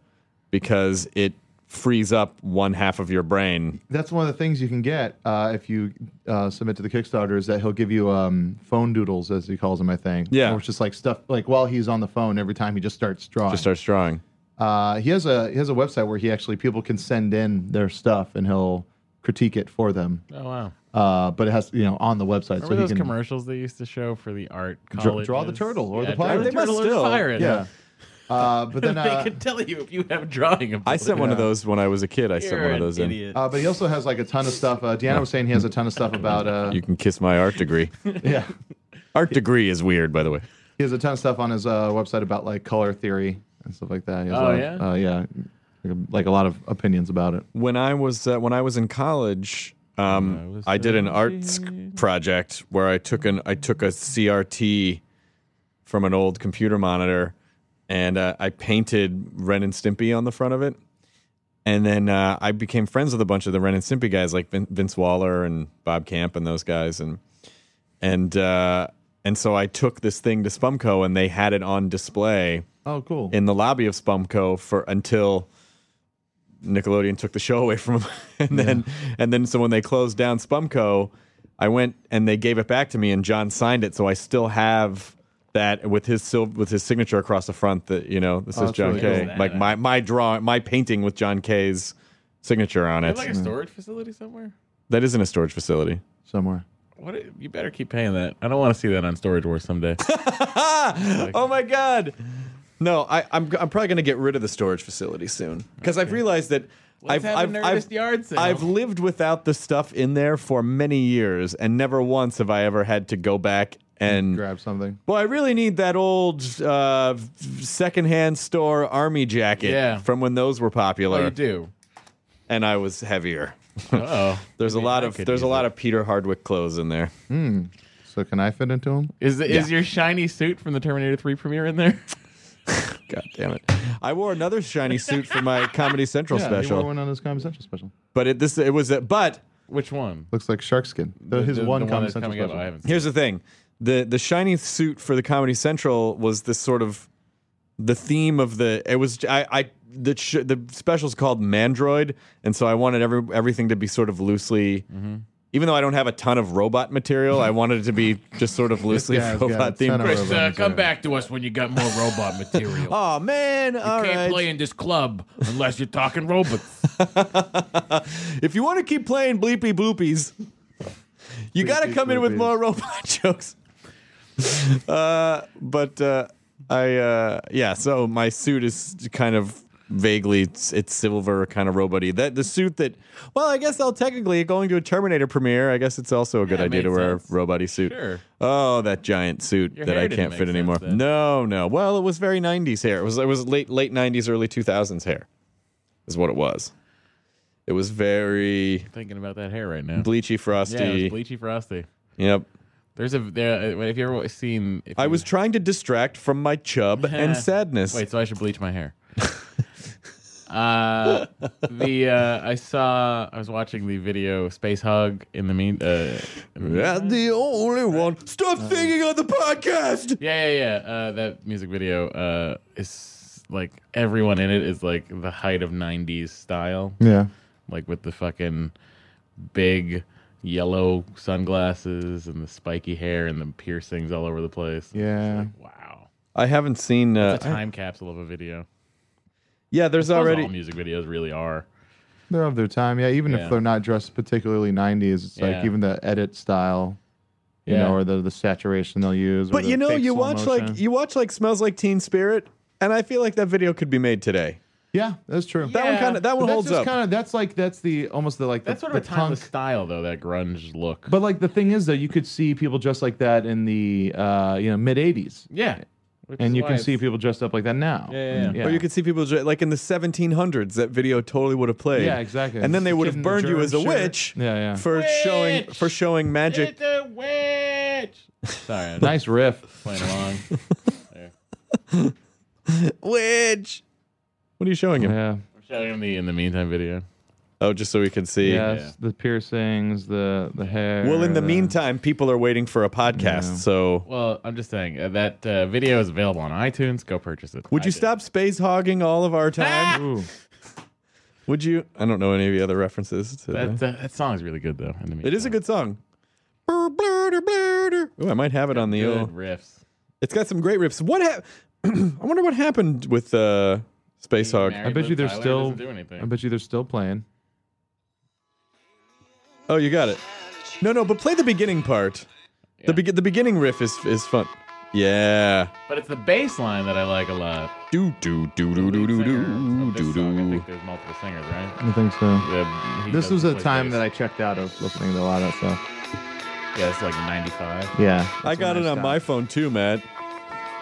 Speaker 1: because it frees up one half of your brain
Speaker 3: That's one of the things you can get uh, if you uh, submit to the Kickstarter is that he'll give you um, phone doodles, as he calls them, I think.
Speaker 1: Yeah.
Speaker 3: Or it's just like stuff, like while he's on the phone, every time he just starts drawing.
Speaker 1: just starts drawing
Speaker 3: Uh, he has a he has a website where he actually people can send in their stuff and he'll critique it for them.
Speaker 4: Oh wow.
Speaker 3: Uh, but it has you know on the website
Speaker 4: Remember
Speaker 3: so he
Speaker 4: those
Speaker 3: can
Speaker 4: commercials they used to show for the art
Speaker 3: Dra-
Speaker 4: college?
Speaker 3: draw the turtle or the
Speaker 4: Draw
Speaker 3: pirate.
Speaker 4: the
Speaker 3: They must
Speaker 4: turtle or the
Speaker 1: still-
Speaker 4: pirate.
Speaker 3: yeah.
Speaker 4: *laughs*
Speaker 3: Uh, but then
Speaker 4: they
Speaker 3: uh,
Speaker 4: could tell you if you have drawing ability.
Speaker 1: i sent one of those when i was a kid i sent
Speaker 4: You're
Speaker 1: one of
Speaker 4: an
Speaker 1: those
Speaker 4: idiot.
Speaker 3: uh, but he also has like a ton of stuff. Uh, Deanna was saying he has a ton of stuff about uh,
Speaker 1: in you can kiss my art degree
Speaker 3: yeah.
Speaker 4: *laughs*
Speaker 1: art degree is weird by the way
Speaker 3: He has a ton of stuff on his uh, website about like color theory and stuff like that. He has a
Speaker 4: Oh,
Speaker 3: lot of-
Speaker 4: yeah?
Speaker 3: uh, yeah, like a- like a lot of opinions about it.
Speaker 1: when I was uh, when I was in college, um, I, did an art sc- project where I took an I took a CRT from an old computer monitor, and uh, I painted Ren and Stimpy on the front of it. And then uh, I became friends with a bunch of the Ren and Stimpy guys, like Vin- Vince Waller and Bob Camp and those guys, and and uh, and so I took this thing to Spumco, and they had it on display
Speaker 3: Oh, cool.
Speaker 1: in the lobby of Spumco for until Nickelodeon took the show away from them, *laughs* and then and then so when they closed down Spumco, I went and they gave it back to me, and John signed it, so I still have that with his sil- with his signature across the front. That you know, this
Speaker 3: Oh,
Speaker 1: is
Speaker 3: that's
Speaker 1: John
Speaker 3: really
Speaker 1: Kay,
Speaker 3: cool.
Speaker 1: like my my draw my painting with John Kay's signature on
Speaker 4: Is
Speaker 1: it.
Speaker 4: it like a storage facility somewhere?
Speaker 1: that isn't a storage facility.
Speaker 3: Somewhere.
Speaker 4: What? i- You better keep paying that. I don't want to see that on Storage Wars someday.
Speaker 1: oh my god. No, I, I'm I'm probably gonna get rid of the storage facility soon because I've realized that
Speaker 4: Let's
Speaker 1: I've
Speaker 4: have a
Speaker 1: I've,
Speaker 4: Nerdist
Speaker 1: I've,
Speaker 4: yard sale.
Speaker 1: I've lived without the stuff in there for many years, and never once have I ever had to go back and.
Speaker 3: *laughs* Grab something.
Speaker 1: well, I really need that old uh, secondhand store army jacket
Speaker 4: Yeah.
Speaker 1: from when those were
Speaker 4: oh,
Speaker 1: popular,
Speaker 4: you do.
Speaker 1: and I was heavier.
Speaker 4: Oh,
Speaker 1: There's a lot
Speaker 4: I
Speaker 1: of
Speaker 4: could
Speaker 1: there's a
Speaker 4: use
Speaker 1: lot of Peter Hardwick clothes in there.
Speaker 3: *laughs* So can I fit into him?
Speaker 4: Is the, is your shiny suit from the Terminator 3 premiere in there?
Speaker 1: God damn it! I wore another shiny suit for
Speaker 4: *laughs*
Speaker 1: my Comedy Central
Speaker 3: Yeah, he
Speaker 1: *laughs* special.
Speaker 3: wore one on his Comedy Central special.
Speaker 1: But it this it was a, but
Speaker 4: Which one?
Speaker 3: Looks like shark skin. The- his
Speaker 4: The- the
Speaker 3: one Comedy
Speaker 4: that's
Speaker 3: Central
Speaker 4: coming up.
Speaker 3: special.
Speaker 4: I haven't. Seen.
Speaker 1: here's the thing. The the shiny suit for the Comedy Central was this sort of the theme of the it was I I the sh- the special's called Mandroid and so I wanted every everything to be sort of loosely
Speaker 3: Mm-hmm.
Speaker 1: even though I don't have a ton of robot material I wanted it to be just sort
Speaker 3: *laughs*
Speaker 1: of loosely
Speaker 3: guy's got a
Speaker 1: robot
Speaker 3: ton of
Speaker 1: themed.
Speaker 3: robot.
Speaker 4: Chris, uh, come back to us when you got more
Speaker 1: *laughs*
Speaker 4: robot material.
Speaker 1: Oh man, all
Speaker 4: Can't
Speaker 1: right.
Speaker 4: play in this club unless you're talking robots.
Speaker 1: if you want to keep playing bleepy bloopies, you got to
Speaker 3: Bleepy
Speaker 1: come in with
Speaker 3: bloopies.
Speaker 1: more robot *laughs* jokes. Uh, but uh, I, uh, yeah, so my suit is kind of vaguely it's, it's silver kind of roboty that the suit that well i guess i'll technically going to a terminator premiere i guess it's also a good
Speaker 4: Yeah, it
Speaker 1: idea to
Speaker 4: made
Speaker 1: wear
Speaker 4: sense.
Speaker 1: a roboty suit
Speaker 4: Sure.
Speaker 1: oh that giant suit
Speaker 4: Your
Speaker 1: that i
Speaker 4: hair didn't
Speaker 1: can't
Speaker 4: make
Speaker 1: fit
Speaker 4: sense
Speaker 1: anymore
Speaker 4: then.
Speaker 1: no no well it was very 90s hair it was it was late late 90s early 2000s hair is what it was it was very
Speaker 4: *laughs* Thinking about that hair right now.
Speaker 1: bleachy frosty.
Speaker 4: Yeah, it was Bleachy Frosty.
Speaker 1: yep.
Speaker 4: There's a there. uh, If you ever seen, if
Speaker 1: I
Speaker 4: you-
Speaker 1: was trying to distract from my
Speaker 3: *laughs*
Speaker 1: chub and sadness.
Speaker 4: Wait, so I should bleach my
Speaker 1: *laughs*
Speaker 4: hair. uh, the uh, I saw I was watching the video Space Hug in the mean. Uh,
Speaker 1: You're the only one. Stop
Speaker 3: Uh,
Speaker 1: singing on the podcast.
Speaker 4: yeah, yeah, yeah. Uh, that music video uh, is like everyone in it is like the height of '90s style.
Speaker 3: Yeah.
Speaker 4: like with the fucking big yellow sunglasses and the spiky hair and the piercings all over the place.
Speaker 3: Yeah.
Speaker 4: It's like, wow.
Speaker 1: I haven't seen. Uh,
Speaker 4: It's a time capsule of a video.
Speaker 1: yeah, there's
Speaker 4: Those
Speaker 1: already.
Speaker 4: all music videos really are.
Speaker 3: They're of their time. Yeah. Even
Speaker 4: Yeah.
Speaker 3: if they're not dressed particularly 90s, it's
Speaker 4: Yeah.
Speaker 3: like even the edit style, you
Speaker 4: Yeah.
Speaker 3: know, or the, the saturation they'll use. or
Speaker 1: But
Speaker 3: the
Speaker 1: you know,
Speaker 3: fake
Speaker 1: you
Speaker 3: slow
Speaker 1: watch
Speaker 3: motion.
Speaker 1: like you watch like smells like Teen Spirit, and I feel like that video could be made today.
Speaker 3: Yeah, that's true.
Speaker 1: That one
Speaker 4: Yeah.
Speaker 1: kind of that
Speaker 3: But
Speaker 1: one
Speaker 3: that's
Speaker 1: holds
Speaker 3: just
Speaker 1: up.
Speaker 3: Kind of, that's like that's the almost the like the,
Speaker 4: That's sort of a
Speaker 3: the
Speaker 4: timeless
Speaker 3: punk.
Speaker 4: style though, that grunge look.
Speaker 3: But like the thing is though, you could see people dressed like that in the uh, you know mid '80s.
Speaker 4: yeah. Which is
Speaker 3: and you
Speaker 4: why
Speaker 3: can see
Speaker 4: it's-
Speaker 3: people dressed up like that now. Mm,
Speaker 4: Yeah, yeah, yeah.
Speaker 3: yeah.
Speaker 1: Or you could see people ju- like in the 1700s that video totally would have played.
Speaker 3: Yeah, exactly.
Speaker 1: And then they
Speaker 3: The
Speaker 1: would
Speaker 3: kid in
Speaker 1: have
Speaker 3: the
Speaker 1: burned you
Speaker 3: germ
Speaker 1: as a
Speaker 3: shirt.
Speaker 1: witch.
Speaker 3: Yeah, yeah.
Speaker 1: For showing for showing magic.
Speaker 4: It's a witch.
Speaker 3: *laughs*
Speaker 4: Sorry, I'm
Speaker 3: nice riff.
Speaker 4: playing along. There.
Speaker 1: Witch. What are you showing him?
Speaker 3: *laughs* Yeah.
Speaker 4: I'm showing him the in the meantime video.
Speaker 1: Oh, just so we can see.
Speaker 3: Yes, the piercings, the the hair.
Speaker 1: Well, in the meantime, people are waiting for a podcast.
Speaker 3: Yeah.
Speaker 1: So,
Speaker 4: Well, I'm just saying uh, that uh, video is available on iTunes. Go purchase it.
Speaker 1: would
Speaker 4: I
Speaker 1: you
Speaker 4: did.
Speaker 1: stop space hogging all of our time?
Speaker 3: Ooh.
Speaker 1: would you? I don't know any of the other references. To
Speaker 4: That, that, that song is really good though. In the
Speaker 3: uh,
Speaker 1: It is a
Speaker 4: meantime.
Speaker 1: good song. Oh, I might have it on the.
Speaker 4: Good
Speaker 1: uh,
Speaker 4: riffs.
Speaker 1: It's got some great riffs. What hap *clears throat* I wonder what happened with uh, Space Hog.
Speaker 4: Mary
Speaker 3: I bet
Speaker 4: Lou
Speaker 3: you they're
Speaker 4: Tyler
Speaker 3: still.
Speaker 4: doesn't do anything.
Speaker 3: I bet you they're still playing.
Speaker 1: Oh, you got it. No, no, but play the beginning part. The be- the beginning riff is is fun. Yeah.
Speaker 4: But it's the bass line that I like a lot.
Speaker 1: Do do do
Speaker 4: The
Speaker 1: do do
Speaker 4: lead singer
Speaker 1: do do
Speaker 4: of this song,
Speaker 1: do
Speaker 4: I
Speaker 1: do.
Speaker 4: think there's multiple singers, right?
Speaker 3: I think so.
Speaker 4: The- he
Speaker 3: This
Speaker 4: doesn't
Speaker 3: was a
Speaker 4: play
Speaker 3: time
Speaker 4: bass.
Speaker 3: that I checked out of listening to a lot of stuff.
Speaker 4: Yeah, it's like 95.
Speaker 3: Yeah.
Speaker 1: I got it on my phone too, Matt.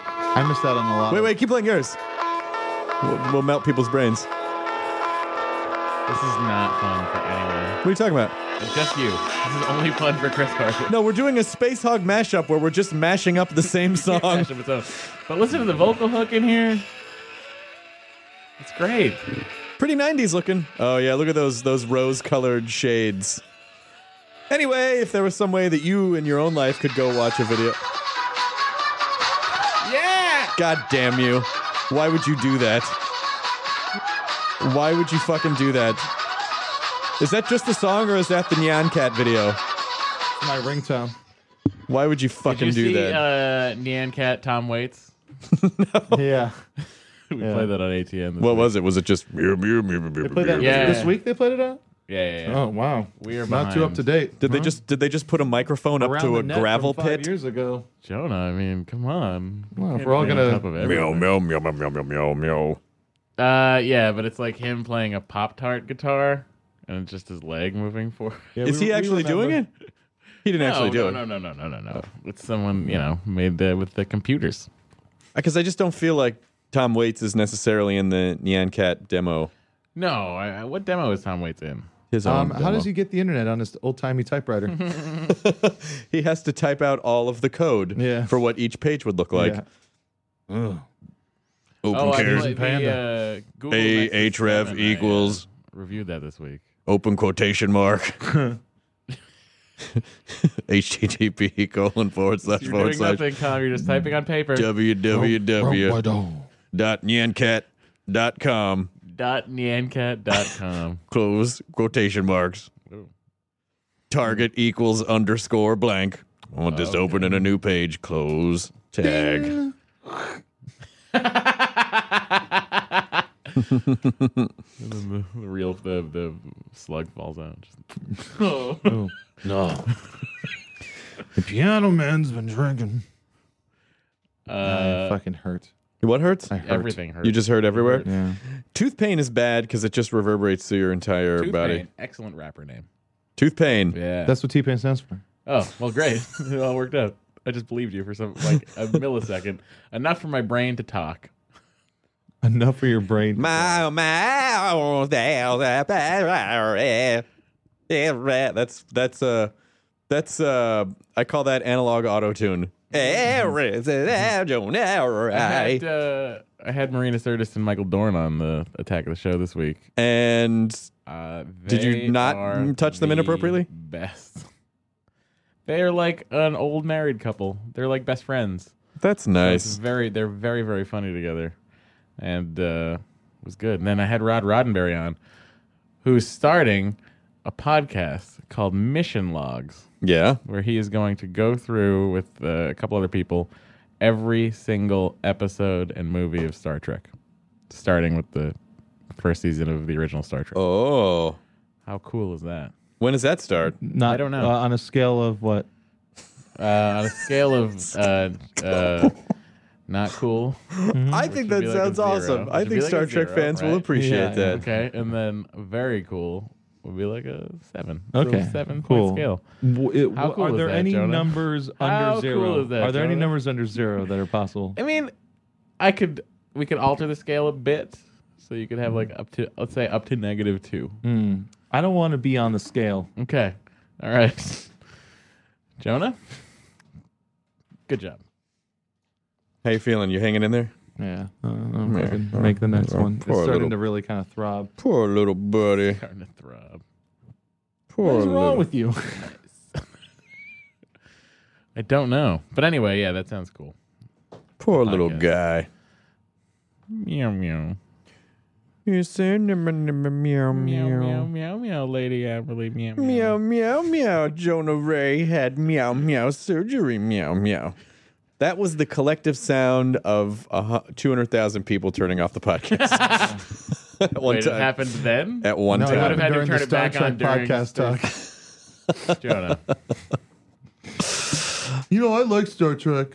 Speaker 3: I missed out on a lot.
Speaker 1: Wait,
Speaker 3: of-
Speaker 1: wait, keep playing yours. We'll, we'll melt people's brains.
Speaker 4: This is not fun for anyone.
Speaker 1: What are you talking about?
Speaker 4: It's just you. This is only fun for Chris
Speaker 1: *laughs*
Speaker 4: Parker.
Speaker 1: No, we're doing a Space Hog mashup where we're just mashing up the
Speaker 3: *laughs*
Speaker 1: same song.
Speaker 4: Smash of its own. But listen to the vocal hook in here. It's great.
Speaker 1: Pretty 90s looking. Oh yeah, look at those those rose-colored shades. Anyway, if there was some way that you in your own life could go watch a video.
Speaker 4: Yeah!
Speaker 1: God damn you. Why would you do that? Why would you fucking do that? Is that just the song or is that the Nyan Cat video?
Speaker 3: my ringtone.
Speaker 1: Why would you
Speaker 4: Did
Speaker 1: fucking
Speaker 4: you
Speaker 1: do
Speaker 4: see
Speaker 1: that?
Speaker 4: uh, Nyan Cat Tom
Speaker 3: *laughs*
Speaker 4: Waits?
Speaker 3: yeah.
Speaker 4: *laughs* We
Speaker 3: Yeah.
Speaker 4: played that on ATN. This
Speaker 1: what
Speaker 4: week.
Speaker 1: was it? Was it just
Speaker 3: They played that
Speaker 4: Yeah.
Speaker 3: this week. They played it out.
Speaker 4: Yeah, yeah, yeah.
Speaker 3: Oh wow.
Speaker 4: We are
Speaker 3: not too up
Speaker 4: behind.
Speaker 3: to date.
Speaker 1: Did they
Speaker 3: Huh?
Speaker 1: just did they just put a microphone up
Speaker 3: Around
Speaker 1: to
Speaker 3: the
Speaker 1: a
Speaker 3: net from
Speaker 1: gravel
Speaker 3: five
Speaker 1: pit?
Speaker 3: years ago?
Speaker 4: Jonah, I mean, come on.
Speaker 3: Well, if
Speaker 4: Can't
Speaker 3: we're all
Speaker 4: be on
Speaker 3: gonna-
Speaker 4: top of everything.
Speaker 5: meow, meow, meow, meow, meow, meow, meow.
Speaker 4: Uh, yeah, but it's like him playing a Pop Tart guitar, and it's just his leg moving forward. Oh,
Speaker 1: Is he actually doing it? He didn't actually do
Speaker 4: no,
Speaker 1: it.
Speaker 4: no, no, no, no, no, no.
Speaker 3: Oh.
Speaker 4: It's someone you know made the, with the computers.
Speaker 1: Because I just don't feel like Tom Waits is necessarily in the Nyan Cat demo.
Speaker 4: No, I, I- what demo is Tom Waits in?
Speaker 1: His own.
Speaker 3: Um, how does he get the internet on his old
Speaker 4: *laughs*
Speaker 3: timey typewriter? *laughs*
Speaker 1: He has to type out all of the code
Speaker 3: Yeah.
Speaker 1: for what each page would look like.
Speaker 3: Yeah.
Speaker 5: Open
Speaker 4: oh, I
Speaker 5: cares.
Speaker 4: played the, uh, Google
Speaker 1: A-
Speaker 4: Nexus
Speaker 1: href
Speaker 4: 7. I, uh,
Speaker 1: equals-
Speaker 4: reviewed that this week.
Speaker 1: open quotation mark http colon forward slash
Speaker 4: You're doing
Speaker 1: forward slash
Speaker 4: nothing, Tom. You're just typing on paper.
Speaker 1: www dot nyancat dot com
Speaker 4: dot nyancat.com.
Speaker 1: close quotation marks
Speaker 4: Ooh.
Speaker 1: target equals underscore blank i want this open in a new page close tag
Speaker 4: and then *laughs* the, the real the the slug falls out. *laughs* Just, Oh.
Speaker 5: No.
Speaker 4: *laughs*
Speaker 3: the piano man's been drinking.
Speaker 4: uh,
Speaker 3: fucking hurt.
Speaker 1: *laughs* what hurts
Speaker 3: I hurt.
Speaker 4: everything hurts.
Speaker 1: you just heard everywhere
Speaker 3: Yeah.
Speaker 1: tooth pain is bad because it just reverberates through your entire
Speaker 4: Tooth
Speaker 1: body
Speaker 4: Pain, Excellent rapper name.
Speaker 1: tooth pain
Speaker 4: Yeah.
Speaker 3: That's what T Pain stands for.
Speaker 4: oh well, great. *laughs* it all worked out. I just believed you for some like
Speaker 3: *laughs*
Speaker 4: a millisecond, enough for my brain to talk.
Speaker 3: Enough for your brain.
Speaker 1: My, my, oh, Eh, that's that's uh that's uh I call that analog Eh, auto tune.
Speaker 4: *laughs*
Speaker 1: eh,
Speaker 4: I had, uh, I had Marina Sirtis and Michael Dorn on the Attack of the Show this week.
Speaker 1: And
Speaker 4: Uh,
Speaker 1: Did you
Speaker 4: they
Speaker 1: not
Speaker 4: are
Speaker 1: touch them
Speaker 4: the
Speaker 1: inappropriately?
Speaker 4: Best. They are like an old married couple. They're like best friends.
Speaker 1: that's
Speaker 4: It's
Speaker 1: nice.
Speaker 4: very they're very very funny together, and uh, it was good. And then I had Rod Roddenberry on, who's starting a podcast called Mission Logs,
Speaker 1: Yeah.
Speaker 4: where he is going to go through with uh, a couple other people every single episode and movie of Star Trek, starting with the first season of the original Star Trek.
Speaker 1: Oh.
Speaker 4: How cool is that?
Speaker 1: When does that start?
Speaker 3: Not,
Speaker 4: I don't know.
Speaker 3: uh, on a scale of what?
Speaker 4: Uh, on a scale of uh, uh, not cool.
Speaker 1: I
Speaker 4: Which
Speaker 1: think
Speaker 4: would
Speaker 1: that
Speaker 4: be like a
Speaker 1: sounds
Speaker 4: zero.
Speaker 1: awesome.
Speaker 4: Which
Speaker 1: I
Speaker 4: would be
Speaker 1: think
Speaker 4: like a
Speaker 1: Star Trek
Speaker 4: zero,
Speaker 1: fans will
Speaker 4: right?
Speaker 1: appreciate
Speaker 3: Yeah,
Speaker 1: that.
Speaker 4: Okay, and then very cool would be like a seven. So
Speaker 3: Okay.
Speaker 4: seven
Speaker 3: cool.
Speaker 4: point scale.
Speaker 3: W- it-
Speaker 4: How cool
Speaker 3: are
Speaker 4: is
Speaker 3: there
Speaker 4: that,
Speaker 3: any
Speaker 4: Jonah?
Speaker 3: numbers
Speaker 4: How
Speaker 3: under
Speaker 4: cool
Speaker 3: zero?
Speaker 4: is that,
Speaker 3: are there any
Speaker 4: Jonah? *laughs*
Speaker 3: numbers under zero that are possible?
Speaker 4: I mean, I could we could alter the scale a bit, so you could have like up to let's say up to negative two.
Speaker 3: Hmm. I don't want to be on the scale.
Speaker 4: Okay. All right. *laughs* Jonah? Good job.
Speaker 6: How you feeling? You hanging in there?
Speaker 3: Yeah.
Speaker 4: Yeah.
Speaker 3: I can Uh, make the next
Speaker 4: Oh,
Speaker 3: one. It's
Speaker 4: poor
Speaker 3: starting
Speaker 4: little-
Speaker 3: to really kind of throb.
Speaker 6: Poor little buddy.
Speaker 4: Starting to throb.
Speaker 3: What is
Speaker 4: Poor
Speaker 3: wrong
Speaker 4: little-
Speaker 3: with you?
Speaker 4: *laughs* I don't know. But anyway, yeah, that sounds cool.
Speaker 6: Poor
Speaker 4: little
Speaker 6: guy.
Speaker 4: Meow meow.
Speaker 1: You say meow meow
Speaker 4: Meow meow meow meow lady Amberly meow meow.
Speaker 1: Meow meow meow. Jonah Ray had meow meow surgery. Meow meow. That was the collective sound of a hu- 200,000 people turning off the podcast.
Speaker 4: *laughs*
Speaker 1: at one
Speaker 4: Wait, it
Speaker 1: time.
Speaker 4: happened
Speaker 1: *laughs*
Speaker 4: then?
Speaker 1: At one
Speaker 4: No, it
Speaker 1: time.
Speaker 4: happened Had to during turn the it Star back Trek on during- podcast
Speaker 3: talk.
Speaker 4: Jonah.
Speaker 3: You know, I like Star Trek.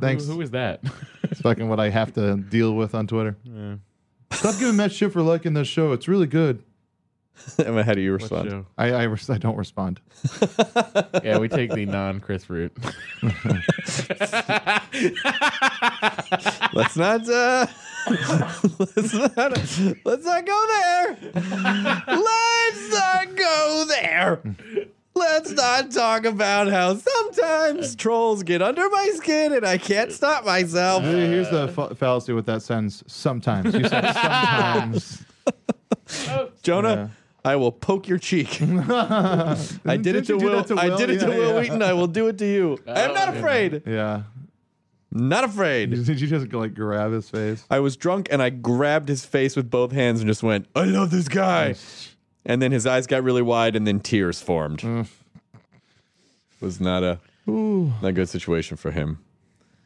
Speaker 3: Thanks.
Speaker 4: Who, who is
Speaker 1: *laughs*
Speaker 4: that?
Speaker 3: It's fucking what I have to deal with on Twitter.
Speaker 4: Yeah.
Speaker 3: Stop giving Matt shit for liking this show. It's really good.
Speaker 1: Emma, how do you
Speaker 4: What
Speaker 1: respond?
Speaker 4: show?
Speaker 3: I I, res- I don't respond.
Speaker 4: yeah, we take the non Chris
Speaker 1: *laughs*
Speaker 4: route.
Speaker 1: Let's not. Uh, *laughs* let's not. Let's not go there. Let's not go there. Let's not talk about how
Speaker 4: Uh,
Speaker 1: sometimes trolls get under my skin and I can't stop myself.
Speaker 3: Here- Here's the fa- fallacy with that sentence. Sometimes you *laughs* said sometimes.
Speaker 1: Jonah, I will poke your cheek.
Speaker 3: *laughs*
Speaker 1: I did it
Speaker 3: Didn't
Speaker 1: to
Speaker 3: you do
Speaker 1: Will.
Speaker 3: that to
Speaker 1: I
Speaker 3: Will?
Speaker 1: did it to
Speaker 3: Yeah,
Speaker 1: Will
Speaker 3: yeah.
Speaker 1: Wheaton. I will do it to
Speaker 3: *laughs*
Speaker 1: you. I am not
Speaker 4: Oh.
Speaker 1: afraid.
Speaker 3: Yeah.
Speaker 1: Not afraid.
Speaker 3: Did you just like grab his face?
Speaker 1: I was drunk and I grabbed his face with both hands and just went, I love this guy. And then his eyes got really wide and then tears formed.
Speaker 3: Mm.
Speaker 1: Was not a not a good situation for him.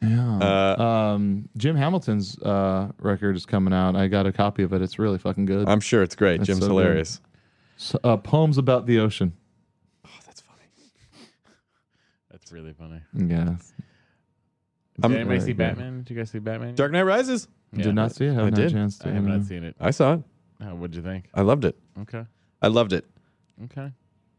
Speaker 3: Yeah.
Speaker 1: Uh,
Speaker 3: um, Jim Hamilton's uh, record is coming out. I got a copy of it. It's really fucking good.
Speaker 1: I'm sure it's great.
Speaker 3: That's
Speaker 1: Jim's
Speaker 3: so good.
Speaker 1: hilarious.
Speaker 3: S- uh, poems about the ocean.
Speaker 4: That's really funny.
Speaker 3: Yeah.
Speaker 4: Did
Speaker 1: I'm-
Speaker 4: anybody see
Speaker 3: Yeah.
Speaker 4: Batman? Did you guys see Batman?
Speaker 1: Dark Knight Rises.
Speaker 4: Yeah.
Speaker 3: Did not see it. Haven't
Speaker 1: I
Speaker 3: had
Speaker 1: did.
Speaker 3: a chance to. Mm-hmm.
Speaker 4: I have not seen it.
Speaker 1: I saw it.
Speaker 4: How, what'd you think?
Speaker 1: I loved it.
Speaker 4: Okay.
Speaker 1: I loved it.
Speaker 4: Okay.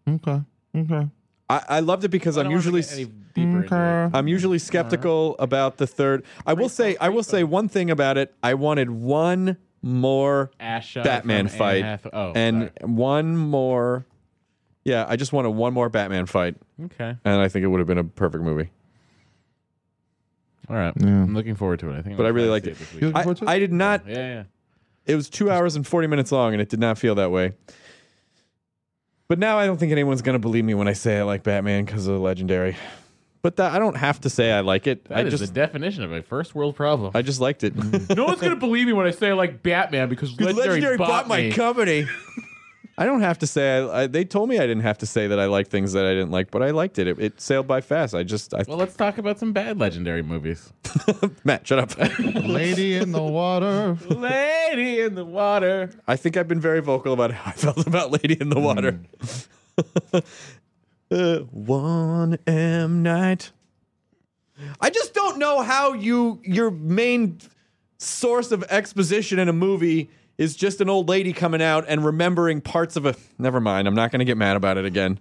Speaker 3: Okay. Okay.
Speaker 1: I, I loved it because
Speaker 4: I
Speaker 1: I'm
Speaker 4: don't wanna
Speaker 1: usually
Speaker 4: get any deeper into it.
Speaker 3: Okay.
Speaker 1: I'm
Speaker 4: *laughs* Uh-huh.
Speaker 1: usually skeptical about the third. I will say I will say one thing about it. I wanted one more
Speaker 4: Asha
Speaker 1: Batman
Speaker 4: Uh, from Anne
Speaker 1: fight
Speaker 4: Hath- oh,
Speaker 1: and one more. Yeah, I just wanted one more Batman fight,
Speaker 4: sorry. okay.
Speaker 1: and I think it would have been a perfect movie.
Speaker 4: All right.
Speaker 3: Yeah.
Speaker 4: I'm looking forward to it. I think.
Speaker 1: But I
Speaker 4: I'll
Speaker 1: really
Speaker 4: try
Speaker 1: liked
Speaker 4: to
Speaker 1: it.
Speaker 4: see this
Speaker 3: You
Speaker 4: week.
Speaker 3: looking
Speaker 1: I,
Speaker 3: forward to it?
Speaker 1: I did not.
Speaker 4: yeah, yeah.
Speaker 1: It was two hours and forty minutes long, and it did not feel that way. But now I don't think anyone's gonna believe me when I say I like Batman because of legendary. But that, I don't have to say I like it.
Speaker 4: That
Speaker 1: I
Speaker 4: is
Speaker 1: just
Speaker 4: the definition of a Mm. first world
Speaker 1: *laughs*
Speaker 4: problem.
Speaker 1: I
Speaker 4: *laughs*
Speaker 1: just liked it.
Speaker 4: no one's gonna believe me when I say I like Batman because legendary, bought, me.
Speaker 1: my company. *laughs* I don't have to say. I, I, they told me I didn't have to say that I liked things that I didn't like, but I liked it. It, it sailed by fast. I just, I,
Speaker 4: Well, let's talk about some bad legendary movies.
Speaker 1: *laughs* Matt,
Speaker 4: *laughs*
Speaker 1: shut up.
Speaker 3: Lady in the water.
Speaker 4: Lady in the water.
Speaker 1: I think I've been very vocal about how I *laughs* felt about Lady in the Water. Hmm. Uh, one M night. I just don't know how you your main source of exposition in a movie is just an old lady coming out and remembering parts of a. Never mind. I'm not going to get mad about it again.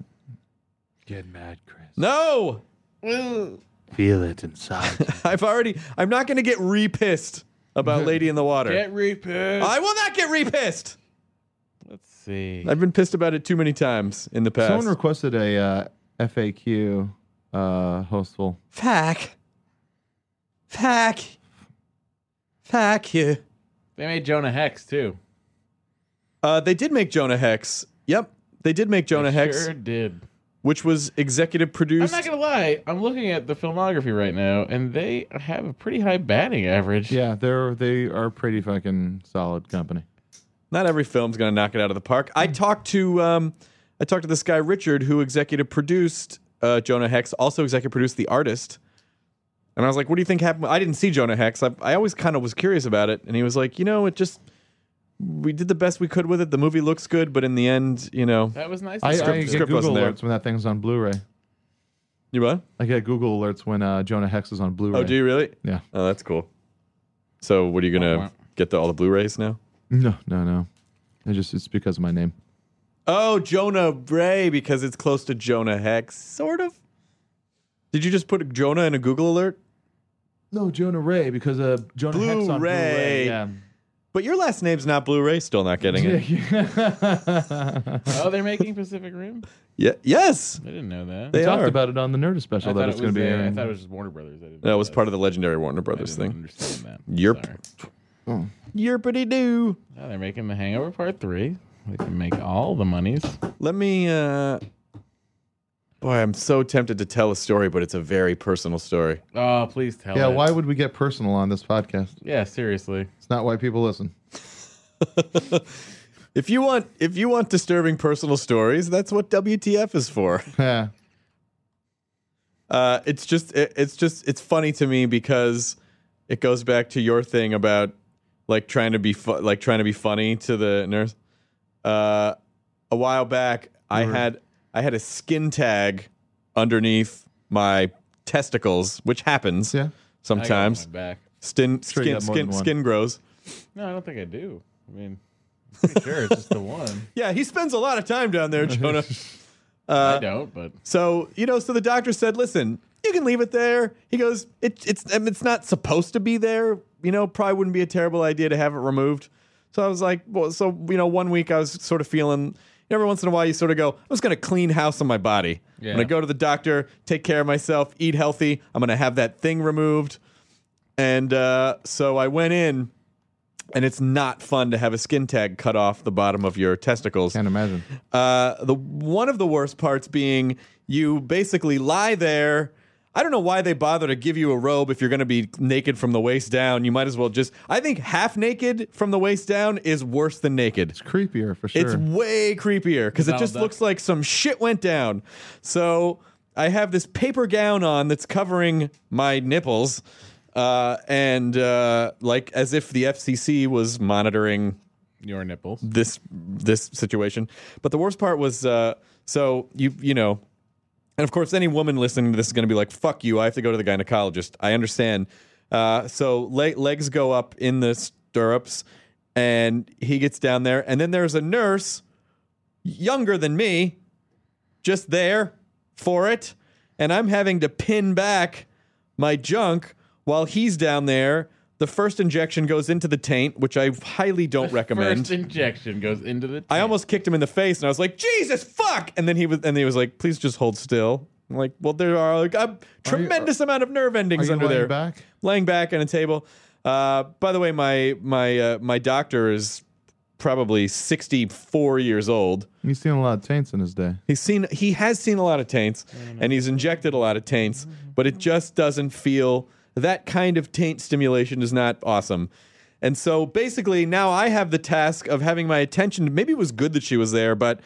Speaker 3: Get mad, Chris.
Speaker 1: No,
Speaker 3: Mm. Feel it inside.
Speaker 1: *laughs* I've already. I'm not going to get re pissed
Speaker 3: *laughs*
Speaker 1: about Lady in the Water.
Speaker 4: Get repaired.
Speaker 1: I will not get re pissed.
Speaker 4: Let's see.
Speaker 1: I've been pissed about it too many times in the past.
Speaker 3: Someone requested a uh, FAQ uh, hostful.
Speaker 1: Fuck. Fuck. Fuck you.
Speaker 4: They made Jonah Hex too.
Speaker 1: Uh, they did make Jonah Hex. Yep. They did make Jonah
Speaker 4: They
Speaker 1: Hex,
Speaker 4: Sure did.
Speaker 1: which was executive
Speaker 4: I'm
Speaker 1: produced.
Speaker 4: not gonna lie. I'm looking at the filmography right now, and they have a pretty high batting average.
Speaker 3: Yeah, they're they are pretty fucking solid company.
Speaker 1: Not every film's going to knock it out of the park. I talked to um, I talked to this guy Richard who executive produced uh, Jonah Hex, also executive produced The Artist. And I was like, "What do you think happened?" I didn't see Jonah Hex. I, I always kind of was curious about it, and he was like, "You know, it just we did the best we could with it. The movie looks good, but in the end, you know,
Speaker 4: That was nice.
Speaker 3: I,
Speaker 4: to
Speaker 3: I
Speaker 4: see.
Speaker 3: get
Speaker 1: script
Speaker 3: Google
Speaker 1: wasn't there.
Speaker 3: alerts when that thing's on Blu-ray.
Speaker 1: you what?
Speaker 3: I get Google alerts when uh, Jonah Hex is on Blu-ray.
Speaker 1: Oh, do you really?
Speaker 3: Yeah.
Speaker 1: Oh, that's cool. So, what are you
Speaker 4: Wah,
Speaker 1: gonna
Speaker 4: wah.
Speaker 1: get the, all the Blu-rays now?
Speaker 3: No, no, no. It just it's because of my name.
Speaker 1: Oh, Jonah Ray, because it's close to Jonah Hex, sort of. Did you just put Jonah in a Google alert?
Speaker 3: No, Jonah Ray because uh, Jonah Hex on Blu-ray.
Speaker 1: Blu-ray.
Speaker 3: Yeah.
Speaker 1: But your last name's not Blu-ray. Still not getting
Speaker 3: *laughs*
Speaker 1: it.
Speaker 4: oh, they're making Pacific Rim.
Speaker 1: Yeah. Yes.
Speaker 4: I didn't know that.
Speaker 1: They
Speaker 3: we talked
Speaker 1: are.
Speaker 3: about it on the Nerdist special
Speaker 4: I
Speaker 3: that
Speaker 4: thought
Speaker 3: it's
Speaker 4: it
Speaker 3: going to
Speaker 4: was,
Speaker 3: be.
Speaker 4: uh, I
Speaker 3: airing.
Speaker 4: thought it was just Warner Brothers. I didn't
Speaker 1: That was part of the legendary Warner Brothers thing.
Speaker 4: understand that.
Speaker 1: Yerp. Hmm.
Speaker 4: Sorry.
Speaker 1: Yerpity doo.
Speaker 4: Oh, they're making The Hangover Part Three. They can make all the monies.
Speaker 1: Let me. uh Boy, I'm so tempted to tell a story, but it's a very personal story.
Speaker 4: Oh, please tell.
Speaker 3: yeah,
Speaker 4: it.
Speaker 3: why would we get personal on this podcast?
Speaker 4: Yeah, seriously.
Speaker 3: It's not why people listen. *laughs*
Speaker 1: If you want, if you want disturbing personal stories, that's what WTF is for. *laughs*
Speaker 3: Yeah.
Speaker 1: Uh, it's just it, it's just it's funny to me because it goes back to your thing about like trying to be fu- like trying to be funny to the nurse. Uh, a while back, I had I had a skin tag underneath my testicles, which happens
Speaker 3: Yeah.
Speaker 4: I got it on
Speaker 1: sometimes.
Speaker 4: my back.
Speaker 1: Skin
Speaker 3: Sure
Speaker 1: skin
Speaker 3: you got more than
Speaker 1: skin,
Speaker 3: one.
Speaker 1: skin grows.
Speaker 4: No, I don't think I do. I mean,
Speaker 3: *laughs*
Speaker 4: I'm pretty sure it's just the one.
Speaker 1: Yeah, he spends a lot of time down there,
Speaker 3: *laughs*
Speaker 1: Jonah.
Speaker 3: Uh,
Speaker 4: I don't, but
Speaker 1: So you know, so the doctor said, "Listen, you can leave it there." He goes, "It, "It's um, it's not supposed to be there. You know, probably wouldn't be a terrible idea to have it removed." So I was like, "Well, so you know, one week I was sort of feeling." Every once in a while, you sort of go, "I'm just gonna clean house on my body.
Speaker 4: Yeah.
Speaker 1: I'm gonna go to the doctor, take care of myself, eat healthy. I'm gonna have that thing removed." And uh, so I went in, and it's not fun to have a skin tag cut off the bottom of your testicles.
Speaker 3: Can't imagine.
Speaker 1: Uh, the one of the worst parts being you basically lie there. I don't know why they bother to give you a robe if you're going to be naked from the waist down. You might as well just. I think half naked from the waist down is worse than naked.
Speaker 3: It's creepier for sure.
Speaker 1: It's way creepier because it
Speaker 4: Donald
Speaker 1: just
Speaker 4: Duck.
Speaker 1: looks like some shit went down. So I have this paper gown on that's covering my nipples, uh, and uh, like as if the FCC was monitoring
Speaker 4: your nipples.
Speaker 1: this this situation. But the worst part was uh, so you you know, and of course any woman listening to this is going to be like, "Fuck you! I have to go to the gynecologist." I understand. Uh, so le- legs go up in the stirrups, and he gets down there, and then there's a nurse younger than me, just there for it, and I'm having to pin back my junk while he's down there. The first injection goes into the taint, which I highly don't recommend.
Speaker 4: First injection goes into the.
Speaker 1: I almost kicked him in the face, and I was like, "Jesus fuck!" And then he was, and he was like, "Please just hold still." I'm like, well, there are like a tremendous amount of nerve
Speaker 3: uh, Are
Speaker 1: endings
Speaker 3: you
Speaker 1: under
Speaker 3: lying
Speaker 1: there,
Speaker 3: back?
Speaker 1: laying back on a table. Uh, by the way, my my uh, my doctor is probably sixty four years old.
Speaker 3: He's seen a lot of taints in his day.
Speaker 1: He's seen he has seen a lot of taints and he's injected a lot of taints, but it just doesn't feel that kind of taint stimulation is not awesome. And so basically now I have the task of having my attention maybe it was good that she was there, but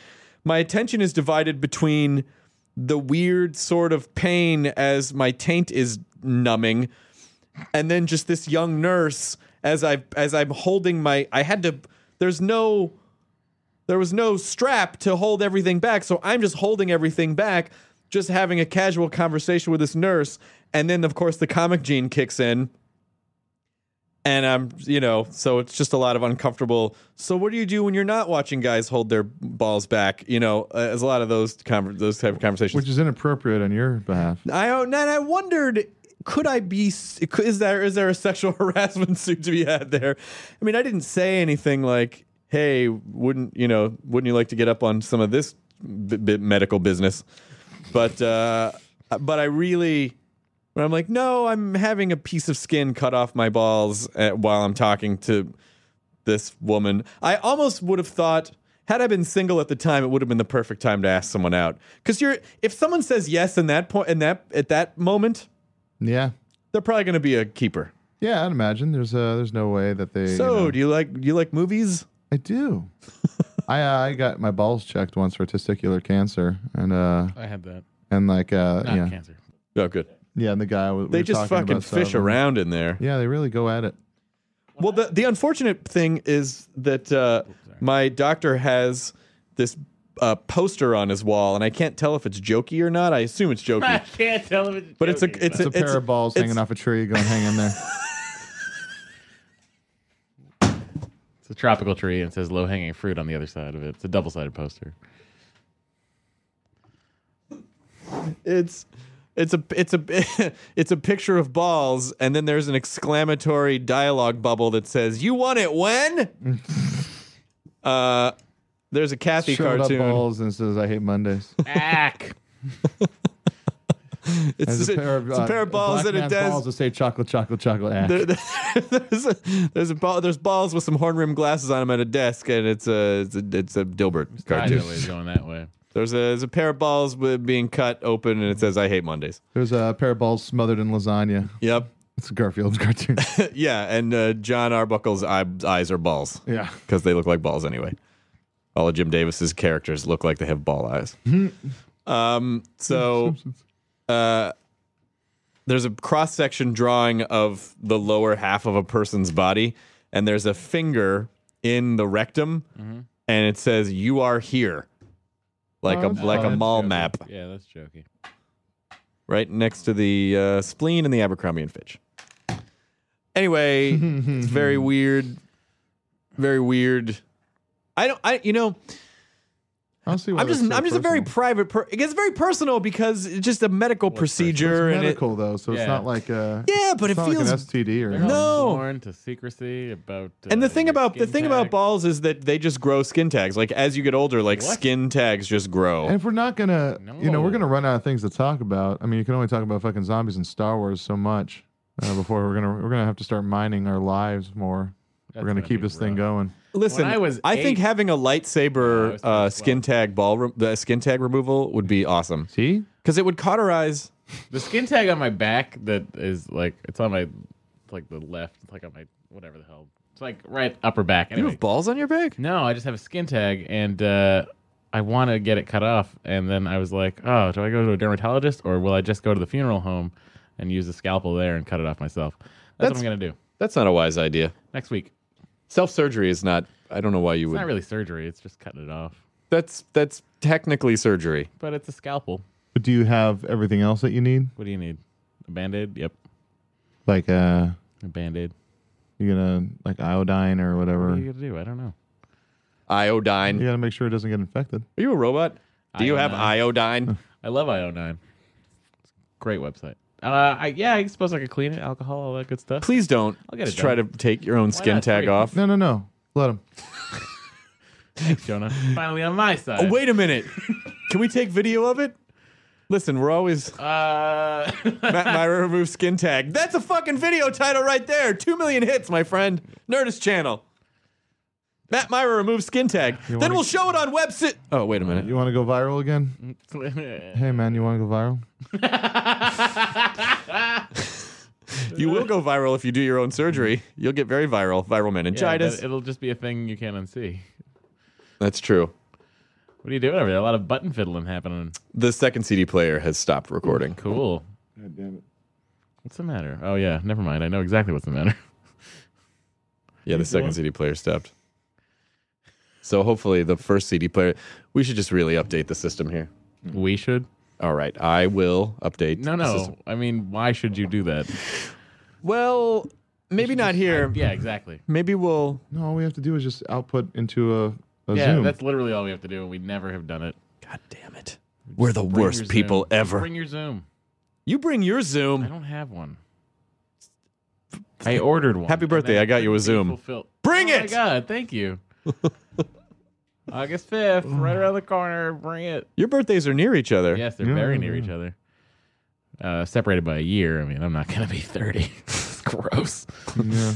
Speaker 1: my attention is divided between the weird sort of pain as my taint is numbing and then just this young nurse as I as I'm holding my I had to there's no there was no strap to hold everything back so i'm just holding everything back just having a casual conversation with this nurse and then of course the comic gene kicks in and i'm you know so it's just a lot of uncomfortable so what do you do when you're not watching guys hold their balls back you know uh, as a lot of those conver- those type of conversations
Speaker 3: Which is inappropriate on your behalf.
Speaker 1: I and I wondered could I be s- could- is there is there a sexual *laughs* harassment suit to be had there? I mean, I didn't say anything like, "Hey, wouldn't you know? Wouldn't you like to get up on some of this b- b- medical business?" But uh, but I really. But I'm like, no, I'm having a piece of skin cut off my balls uh, while I'm talking to this woman. I almost would have thought, had I been single at the time, it would have been the perfect time to ask someone out. Because you're, if someone says yes in that point, in that at that moment,
Speaker 3: Yeah.
Speaker 1: they're probably going to be a keeper.
Speaker 3: Yeah, I'd imagine. There's uh, there's no way that
Speaker 1: so,
Speaker 3: they. you know-
Speaker 1: do you like do you like movies? *laughs*
Speaker 3: I do. I uh, I got my balls checked once for testicular cancer, and uh
Speaker 4: I had that.
Speaker 3: and like uh
Speaker 4: Not
Speaker 3: yeah
Speaker 4: cancer. *laughs*
Speaker 1: Oh, good.
Speaker 3: yeah, and the guy we
Speaker 1: They
Speaker 3: were
Speaker 1: just
Speaker 3: talking
Speaker 1: fucking
Speaker 3: about
Speaker 1: fish
Speaker 3: stuff.
Speaker 1: around in there.
Speaker 3: Yeah, they really go at it.
Speaker 1: Well, the the unfortunate thing is that uh, my doctor has this uh, poster on his wall, and I can't tell if it's jokey or not. I assume
Speaker 4: I
Speaker 1: it's
Speaker 3: *laughs*
Speaker 1: jokey,
Speaker 4: can't tell if it's.
Speaker 1: but it's a
Speaker 4: joking.
Speaker 1: it's
Speaker 3: It's a pair of balls
Speaker 1: it's-
Speaker 3: hanging off a tree, going hang in
Speaker 1: *laughs*
Speaker 3: there.
Speaker 4: It's a tropical tree and it says low hanging fruit on the other side of it. It's a double sided poster.
Speaker 1: It's It's a *laughs* it's a it's a picture of balls, and then there's an exclamatory dialogue bubble that says, "You want it when?"
Speaker 3: *laughs*
Speaker 1: uh, there's a Kathy
Speaker 3: Showed up
Speaker 1: cartoon.
Speaker 3: balls and says, "I
Speaker 1: *laughs*
Speaker 3: hate Mondays."
Speaker 4: *laughs*
Speaker 1: Ack. *laughs* it's,
Speaker 3: There's
Speaker 1: a, it's a
Speaker 3: uh,
Speaker 1: pair of balls
Speaker 3: black
Speaker 1: and a
Speaker 3: man's
Speaker 1: des-
Speaker 3: balls that say chocolate, chocolate, chocolate. Ah. Ass.
Speaker 1: there- *laughs* there's a, there's a ball, there's balls with some horn rimmed glasses on them at a desk, and it's a it's a, it's a Dilbert cartoon.
Speaker 4: Ideally, going that way.
Speaker 1: There's a, there's a pair of balls with being cut open, and it says "I hate Mondays."
Speaker 3: There's a pair of balls smothered in lasagna.
Speaker 1: Yep.
Speaker 3: It's a
Speaker 1: *laughs*
Speaker 3: Garfield's cartoon.
Speaker 1: yeah, and uh, John Arbuckle's eye, eyes are balls.
Speaker 3: Yeah.
Speaker 1: because they look like balls anyway. All of Jim Davis's characters look like they have ball
Speaker 4: *laughs*
Speaker 1: eyes. um,
Speaker 3: *laughs*
Speaker 1: so uh, *laughs* there's a cross section drawing of the lower half of a person's body, and there's a finger in the rectum,
Speaker 4: Mm-hmm.
Speaker 1: and it says "You are here," like
Speaker 4: Oh,
Speaker 1: a
Speaker 4: that's
Speaker 1: like
Speaker 4: fine.
Speaker 1: a mall map,
Speaker 4: Yeah, that's jokey.
Speaker 1: right next to the uh, spleen and the Abercrombie and Fitch. Anyway,
Speaker 4: *laughs*
Speaker 1: it's very weird. Very weird. I don't. I you know.
Speaker 3: I'll see.
Speaker 1: I'm just I'm just a very private. Per- it gets very personal because it's just a medical procedure and it,
Speaker 3: medical though, so it's
Speaker 1: Yeah.
Speaker 3: not like a
Speaker 1: Yeah, but
Speaker 3: it's
Speaker 1: it
Speaker 3: not like
Speaker 1: feels-
Speaker 3: an STD or
Speaker 4: They're
Speaker 3: anything.
Speaker 1: No.
Speaker 4: all sworn to secrecy about. Uh,
Speaker 1: and the thing
Speaker 4: your
Speaker 1: about the
Speaker 4: skin
Speaker 1: thing about
Speaker 4: tag.
Speaker 1: balls is that they just grow skin tags. Like as you get older, like
Speaker 4: What?
Speaker 1: skin tags just grow.
Speaker 3: And if we're not gonna, you know, we're
Speaker 4: No.
Speaker 3: gonna run out of things to talk about. I mean, you can only talk about fucking zombies and Star Wars so much uh, before we're gonna we're gonna have to start mining our lives more.
Speaker 4: That's
Speaker 3: we're gonna
Speaker 4: gonna
Speaker 3: keep
Speaker 4: be
Speaker 3: this thing
Speaker 4: rough.
Speaker 3: going.
Speaker 1: Listen,
Speaker 4: When I was
Speaker 1: think
Speaker 4: eight-
Speaker 1: having a
Speaker 4: I
Speaker 1: lightsaber
Speaker 4: was
Speaker 1: uh, skin tag ball re- the skin tag removal would be awesome
Speaker 3: See,
Speaker 1: because it would cauterize.
Speaker 4: the skin tag on my back that is like it's on my it's like the left, it's like on my whatever the hell. It's like right upper back.
Speaker 1: You
Speaker 4: Anyway,
Speaker 1: have balls on your back?
Speaker 4: no, I just have a skin tag and uh, I want to get it cut off. And then I was like, oh, do I go to a dermatologist or will I just go to the funeral home and use the scalpel there and cut it off myself? That's, what
Speaker 1: That's-
Speaker 4: I'm gonna do
Speaker 1: That's not a wise idea.
Speaker 4: next week.
Speaker 1: Self surgery is not. I don't know why you
Speaker 4: It's
Speaker 1: would.
Speaker 4: not really surgery; it's just cutting it off.
Speaker 1: That's that's technically surgery.
Speaker 4: But it's a scalpel.
Speaker 3: but do you have everything else that you need?
Speaker 4: What do you need? A band aid? Yep,
Speaker 3: Like, uh,
Speaker 4: a band aid.
Speaker 3: you gonna like iodine or
Speaker 4: What
Speaker 3: whatever?
Speaker 4: are you gonna do? I don't know.
Speaker 1: Iodine.
Speaker 3: You gotta make sure it doesn't get infected.
Speaker 1: Are you a robot? Do you have iodine?
Speaker 4: I love IO9. It's a great website. Uh, I, yeah, I suppose I could clean it, alcohol, all that good
Speaker 1: *laughs*
Speaker 4: stuff.
Speaker 1: Please don't.
Speaker 4: I'll get it
Speaker 1: Just try to
Speaker 4: done.
Speaker 1: take your own skin
Speaker 4: not?
Speaker 1: tag
Speaker 4: Free.
Speaker 1: off.
Speaker 3: No, no, no. Let him.
Speaker 4: Thanks, Jonah. Finally on my side.
Speaker 1: Oh, wait a minute. Can we take video of it? Listen,
Speaker 4: *laughs*
Speaker 1: we're always
Speaker 4: Uh,
Speaker 1: Matt Myra remove skin tag. That's a fucking video title right there. Two million hits, my friend. Nerdist channel. Matt Myra remove skin tag. Then
Speaker 3: wanna-
Speaker 1: we'll show it on website. Oh, wait a minute.
Speaker 3: You want to go viral again? Hey, man, you want to go viral?
Speaker 1: You will go viral if you do your own surgery. You'll get very viral. Viral
Speaker 4: yeah,
Speaker 1: meningitis.
Speaker 4: but it'll just be a thing you can't unsee.
Speaker 1: That's true.
Speaker 4: What are you doing over there? A lot of button fiddling happening.
Speaker 1: The second CD player has stopped recording.
Speaker 4: Cool. God damn it. What's the matter? Oh, yeah. Never mind. I know exactly what's the matter.
Speaker 1: Yeah, the second
Speaker 4: one.
Speaker 1: CD player stopped. So hopefully the first CD player. We should just really update the system here.
Speaker 4: we should.
Speaker 1: All right, I will update.
Speaker 4: No,
Speaker 1: the
Speaker 4: no.
Speaker 1: system.
Speaker 4: I mean, why should you do that?
Speaker 1: Well, maybe not here.
Speaker 4: Yeah, exactly.
Speaker 1: Maybe we'll.
Speaker 3: No, all we have to do is just output into a, a
Speaker 4: Yeah,
Speaker 3: Zoom.
Speaker 4: that's literally all we have to do, and we never have done it.
Speaker 1: God damn it! We're the
Speaker 4: Bring
Speaker 1: worst
Speaker 4: your
Speaker 1: people
Speaker 4: Zoom. Just
Speaker 1: ever.
Speaker 4: Bring your Zoom.
Speaker 1: you bring your
Speaker 4: I
Speaker 1: Zoom.
Speaker 4: don't have *laughs* one. I ordered one.
Speaker 1: Happy
Speaker 4: and
Speaker 1: birthday,
Speaker 4: that
Speaker 1: I got you a
Speaker 4: couldn't be
Speaker 1: Zoom.
Speaker 4: fulfilled.
Speaker 1: Bring
Speaker 4: Oh my
Speaker 1: it!
Speaker 4: God, thank *laughs* you. August 5th, right around the corner. Bring it.
Speaker 1: Your birthdays are near each other.
Speaker 4: Yes, they're
Speaker 3: Yeah,
Speaker 4: very
Speaker 3: yeah,
Speaker 4: near
Speaker 3: yeah.
Speaker 4: each other. Uh, separated by a year. I mean, I'm not going to be 30. *laughs* it's gross.
Speaker 3: *laughs*
Speaker 1: *laughs*
Speaker 3: yeah.